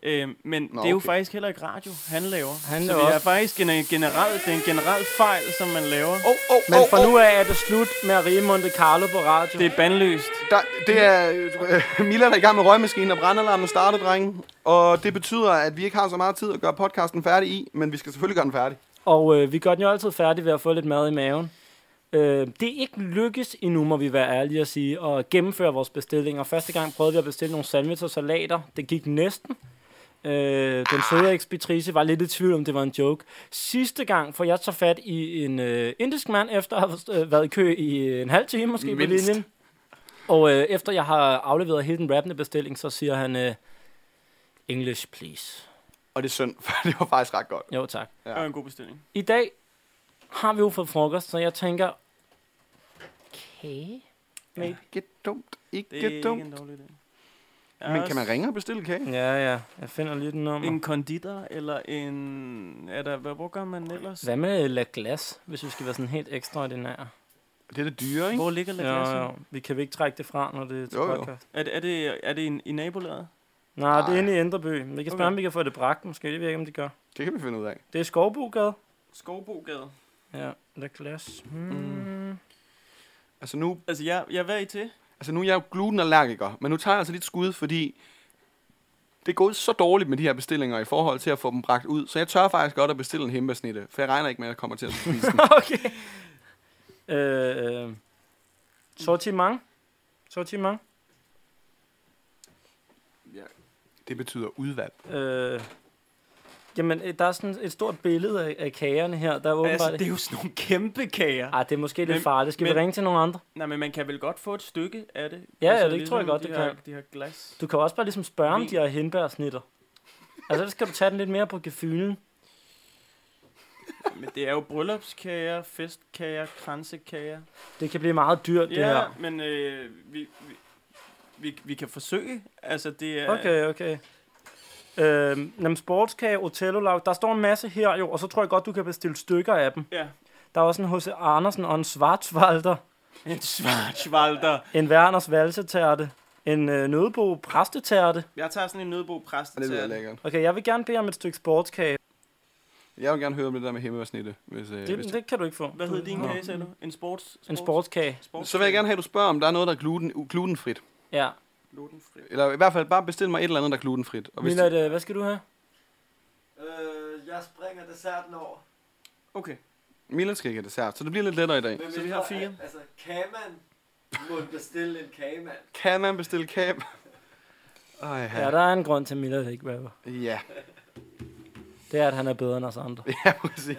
Speaker 2: Øhm, men Nå, det er jo
Speaker 3: okay.
Speaker 2: faktisk heller ikke radio, han laver.
Speaker 1: Han
Speaker 2: så
Speaker 1: laver
Speaker 2: det er
Speaker 1: også-
Speaker 2: faktisk en, en generel, det er en generel fejl, som man laver.
Speaker 3: Oh, oh,
Speaker 1: men fra nu af er det slut med at rige Monte Carlo på radio.
Speaker 2: Det er bandløst.
Speaker 3: Der, det er øh, Mila, der er i gang med røgmaskinen, og brandalarmen starter, drenge. Og det betyder, at vi ikke har så meget tid at gøre podcasten færdig i, men vi skal selvfølgelig gøre den færdig.
Speaker 1: Og øh, vi gør den jo altid færdig ved at få lidt mad i maven. Øh, det er ikke lykkes endnu, må vi være ærlige at sige, at gennemføre vores bestillinger. Første gang prøvede vi at bestille nogle sandwich og salater. Det gik næsten. Øh, den søde ekspeditrice var lidt i tvivl, om det var en joke. Sidste gang får jeg så fat i en øh, indisk mand, efter at have øh, været i kø i en halv time måske Mindst. på
Speaker 3: Mindst.
Speaker 1: linjen. Og øh, efter jeg har afleveret hele den rappende bestilling, så siger han, øh, English please.
Speaker 3: Og det er synd, for det var faktisk ret godt.
Speaker 1: Jo tak.
Speaker 2: Det var en god bestilling.
Speaker 1: I dag har vi jo fået frokost, så jeg tænker... Okay.
Speaker 3: Ikke dumt,
Speaker 2: Det er
Speaker 3: ikke
Speaker 2: ikke
Speaker 3: dumt.
Speaker 2: en dårlig idé. Jeg
Speaker 3: Men
Speaker 2: er
Speaker 3: kan man
Speaker 2: også
Speaker 3: ringe og bestille kage?
Speaker 1: Ja, ja. Jeg finder lige den nummer.
Speaker 2: En konditor eller en... Er der, hvad, hvor gør man ellers?
Speaker 1: Hvad med La Glas, hvis vi skal være sådan helt ekstraordinære?
Speaker 3: Det er det dyre, ikke?
Speaker 2: Hvor ligger La
Speaker 1: Jo,
Speaker 2: Glace?
Speaker 1: jo. Vi kan vi ikke trække det fra, når det er til
Speaker 3: Jo, jo.
Speaker 1: podcast.
Speaker 2: Er, det- er, det, er det en, i nabolaget?
Speaker 1: Nej, det er inde i Indreby. Vi kan spørge,
Speaker 2: Okay.
Speaker 1: om vi kan få det bragt. Måske det virker, om det gør.
Speaker 3: Det kan vi finde ud af.
Speaker 1: Det er Skovbogade.
Speaker 2: Skovbogade.
Speaker 1: Ja, La Glas. Hmm.
Speaker 3: Altså nu,
Speaker 2: Altså, jeg, jeg hvad er I til?
Speaker 3: altså nu er jeg jo glutenallergiker, men nu tager jeg altså lidt skud, fordi det er gået så dårligt med de her bestillinger i forhold til at få dem bragt ud, så jeg tør faktisk godt at bestille en himbasnitte, for jeg regner ikke med, at jeg kommer til at spise den.
Speaker 1: okay. Øh, øh. Sortiment. Sortiment.
Speaker 3: Det betyder udvalg.
Speaker 1: Øh. Jamen, øh, der er sådan et stort billede af, af kagerne her. Der er åbenbart...
Speaker 2: Altså, det er jo sådan nogle kæmpe kager.
Speaker 1: Ej, det er måske lidt
Speaker 2: Men-
Speaker 1: farligt. Skal vi
Speaker 2: men-
Speaker 1: ringe til nogle andre?
Speaker 2: Nej, men man kan vel godt få et stykke af det? Altså, ligesom
Speaker 1: ja, det tror jeg godt,
Speaker 2: de
Speaker 1: det
Speaker 2: her,
Speaker 1: kan.
Speaker 2: De her glas.
Speaker 1: Du kan også bare ligesom spørge, om
Speaker 2: Vin.
Speaker 1: de har hindbærsnitter. Altså, så skal du tage den lidt mere på gefylen.
Speaker 2: Men det er jo bryllupskager, festkager, kransekager.
Speaker 1: Det kan blive meget dyrt, det
Speaker 2: Ja,
Speaker 1: her.
Speaker 2: men øh, vi, vi, vi, vi kan forsøge. Altså, det er...
Speaker 1: Okay, okay. Øhm, nem sportskage, otello lav. Der står en masse her jo, og så tror jeg godt, du kan bestille stykker af dem.
Speaker 2: Ja.
Speaker 1: Der er også en H.C. Andersen og en Schwarzwalder,
Speaker 2: En schwarzwalder.
Speaker 1: en Werners valsetærte, en øh, nødbo præstetærte.
Speaker 2: Jeg tager sådan en nødbo præst.
Speaker 3: Det lyder lækkert.
Speaker 1: Okay, jeg vil gerne bede om et stykke sportskage.
Speaker 3: Jeg vil gerne høre om det der med himmelsnitte. Hvis, øh, hvis
Speaker 1: Det, det kan du ikke få.
Speaker 2: Hvad hedder din kage, sagde du? En sports... sports
Speaker 1: En sportskage.
Speaker 2: sports
Speaker 3: Så vil jeg gerne have, at du spørger, om der er noget, der er gluten, u- glutenfrit.
Speaker 1: Ja.
Speaker 2: Glutenfri.
Speaker 3: Eller i hvert fald bare bestil mig et eller andet, der er glutenfrit. Og hvis
Speaker 1: Milad, øh, hvad skal du have?
Speaker 2: Øh, jeg springer desserten over. Okay,
Speaker 3: Milan skal ikke have dessert, så det bliver lidt lettere i dag.
Speaker 2: så vi har fire.
Speaker 9: Altså, kan man må bestille en kagemand?
Speaker 3: Kan man bestille kab? Ej,
Speaker 1: Ja,
Speaker 3: ja.
Speaker 1: der er en grund til, at Milad ikke rapper.
Speaker 3: ja.
Speaker 1: Det er, at han er bedre end os andre.
Speaker 3: Ja, præcis.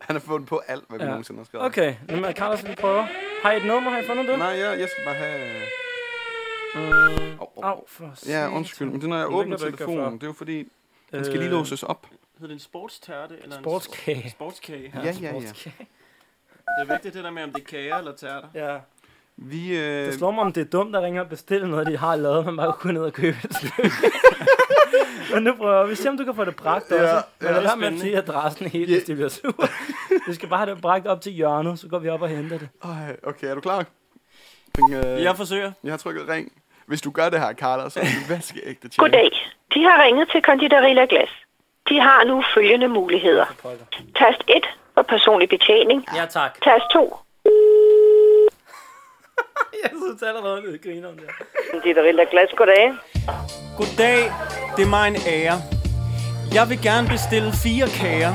Speaker 3: Han har fundet på alt, hvad vi
Speaker 1: Ja.
Speaker 3: ja. nogensinde har skrevet.
Speaker 1: Okay, nu er Carlos, vi prøver. Har I et nummer? Har I fundet det?
Speaker 3: Nej, jeg, jeg skal bare have...
Speaker 1: Mm,
Speaker 3: Oh, oh.
Speaker 1: Au, for
Speaker 3: Ja, undskyld, men det er, når jeg
Speaker 1: Det kan
Speaker 3: åbner
Speaker 1: du ikke gøre
Speaker 3: telefonen,
Speaker 1: før.
Speaker 3: det er jo fordi, den skal lige låses op.
Speaker 2: Hedder det en sportstærte? Eller En
Speaker 1: Øh, Sportskage.
Speaker 2: sportskage.
Speaker 3: Ja, ja, ja.
Speaker 1: Sportskage.
Speaker 2: Det er vigtigt det der med, om det er kager eller tærter.
Speaker 1: ja.
Speaker 3: Vi, øh,
Speaker 1: Det slår mig, om det er dumt at ringe og bestille noget, de har lavet, man bare kunne ned og købe et stykke. Men nu prøver vi. Se, om du kan få det bragt
Speaker 3: Ja,
Speaker 1: også.
Speaker 3: ja.
Speaker 1: Men lad være med at
Speaker 3: Spændende.
Speaker 1: sige adressen helt, hvis de bliver sure. Vi skal bare have det bragt op til hjørnet, så går vi op og henter det.
Speaker 3: Ej, okay, er du klar? Den, øh,
Speaker 2: Jeg forsøger.
Speaker 3: Jeg har trykket ring. Hvis du gør det her, Carla, så er det vaskeægte tjek.
Speaker 5: Goddag. De har ringet til Konditorilla Glas. De har nu følgende muligheder. Tast 1 for personlig betjening.
Speaker 1: Ja, tak.
Speaker 5: Tast 2.
Speaker 1: Jeg synes allerede, det griner om det.
Speaker 5: Konditorilla Glas, goddag.
Speaker 2: Goddag, det er mig en ære. Jeg vil gerne bestille fire kager.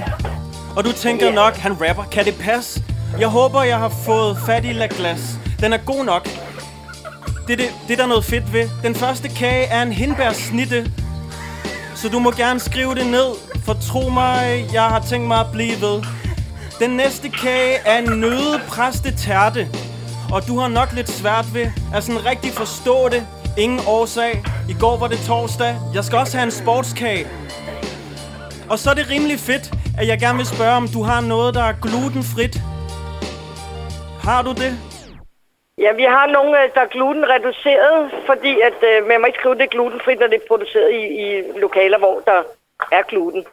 Speaker 2: Og du tænker nok, han rapper. Kan det passe? Jeg håber, jeg har fået fat i La Glas. Den er god nok. Det, er det, det er der noget fedt ved. Den første kage er en hindbærsnitte. Så du må gerne skrive det ned. For tro mig, jeg har tænkt mig at blive ved. Den næste kage er en nødepræstetærte. Og du har nok lidt svært ved at sådan rigtig forstå det. Ingen årsag. I går var det torsdag. Jeg skal også have en sportskage. Og så er det rimelig fedt, at jeg gerne vil spørge, om du har noget, der er glutenfrit. Har du det?
Speaker 7: Ja, vi har nogle, øh, der er glutenreduceret, fordi at, øh, man må ikke skrive, det er glutenfrit, når det er produceret i, i lokaler, hvor der er gluten.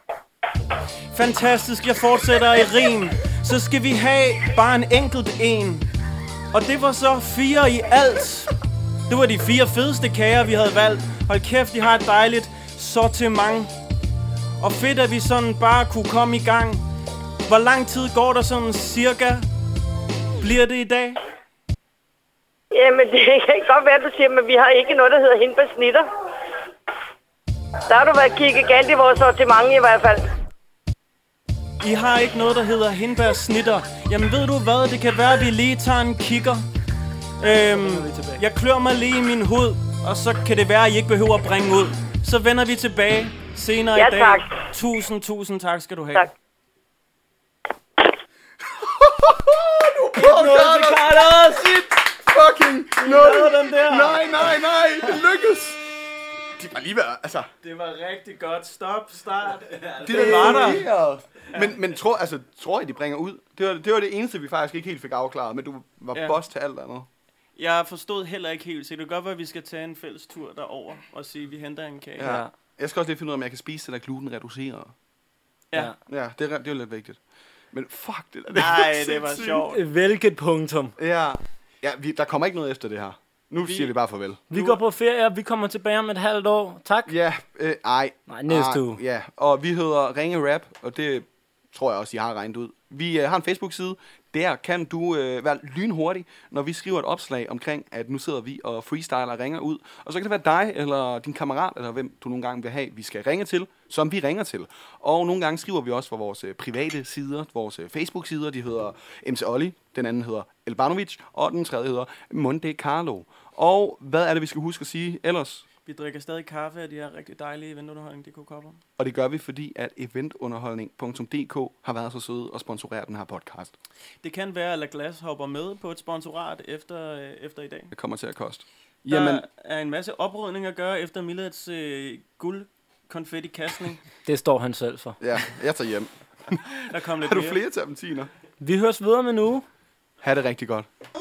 Speaker 2: Fantastisk, jeg fortsætter i rim. Så skal vi have bare en enkelt en. Og det var så fire i alt. Det var de fire fedeste kager, vi havde valgt. Hold kæft, de har et dejligt sortiment. Og fedt, at vi sådan bare kunne komme i gang. Hvor lang tid går der sådan cirka? Bliver det i dag?
Speaker 7: Jamen, det kan godt være, du siger, men vi har ikke noget, der hedder hindbærsnitter. Der har du været kigget galt i vores sortiment i hvert fald.
Speaker 2: I har ikke noget, der hedder hindbærsnitter. Jamen ved du hvad, det kan være, at vi lige tager en kigger. Øhm, jeg klør mig lige i min hud, og så kan det være, at I ikke behøver at bringe ud. Så vender vi tilbage senere
Speaker 7: Ja,
Speaker 2: i dag.
Speaker 7: tak.
Speaker 2: Tusind, tusind tak skal du have.
Speaker 7: Tak.
Speaker 3: Åh, Carlos! Shit! Fucking nul!
Speaker 2: den der.
Speaker 3: Nej, nej, nej! Det lykkedes! Det var lige ved, altså...
Speaker 2: Det var rigtig godt. Stop, start.
Speaker 3: Det der var der. Men, men tror, altså, tror I, de bringer ud? Det var, det var det eneste, vi faktisk ikke helt fik afklaret, men du var
Speaker 2: Ja.
Speaker 3: ja. boss til alt andet.
Speaker 2: Jeg forstod heller ikke helt, så det kan godt være, at vi skal tage en fælles tur derover og sige, at vi henter en kage.
Speaker 3: Ja. Jeg skal også lige finde ud af, om jeg kan spise det der gluten reducerer.
Speaker 2: ja.
Speaker 3: Ja, det er, det er lidt vigtigt. Men fuck, det der.
Speaker 2: Nej, det var sjovt.
Speaker 1: Hvilket punktum.
Speaker 3: Ja, ja vi, der kommer ikke noget efter det her. Nu vi... siger vi bare farvel.
Speaker 1: Vi går på ferie, og vi kommer tilbage om et halvt år. Tak.
Speaker 3: Ja, øh, ej.
Speaker 1: Nej, næste
Speaker 3: ej,
Speaker 1: uge.
Speaker 3: Ja, og vi hedder Ringe Rap, og det tror jeg også, I har regnet ud. Vi øh, har en Facebook-side, der kan du øh, være lynhurtig, når vi skriver et opslag omkring, at nu sidder vi og freestyler og ringer ud. Og så kan det være dig, eller din kammerat, eller hvem du nogle gange vil have, vi skal ringe til, som vi ringer til. Og nogle gange skriver vi også for vores øh, private sider, vores øh, Facebook-sider. De hedder MC Olli, den anden hedder Elbanovic, og den tredje hedder Monte Carlo. Og hvad er det, vi skal huske at sige ellers?
Speaker 2: Vi drikker stadig kaffe, og de er rigtig dejlige venunderholdning, de kunne komme.
Speaker 3: Og det gør vi, fordi at eventunderholdning.dk har været så søde og sponsorere den her podcast.
Speaker 2: Det kan være, at La Glas hopper med på et sponsorat efter, øh, efter i dag.
Speaker 3: Det kommer til at koste.
Speaker 2: Der
Speaker 3: Jamen,
Speaker 2: er en masse oprydning at gøre efter Millets øh, guld konfetti-kastning.
Speaker 1: Det står han selv for.
Speaker 3: ja, jeg tager hjem.
Speaker 2: Der kom lidt
Speaker 3: Har du
Speaker 2: mere.
Speaker 3: flere terpentiner?
Speaker 1: Vi høres videre med nu.
Speaker 3: Ha' det rigtig godt.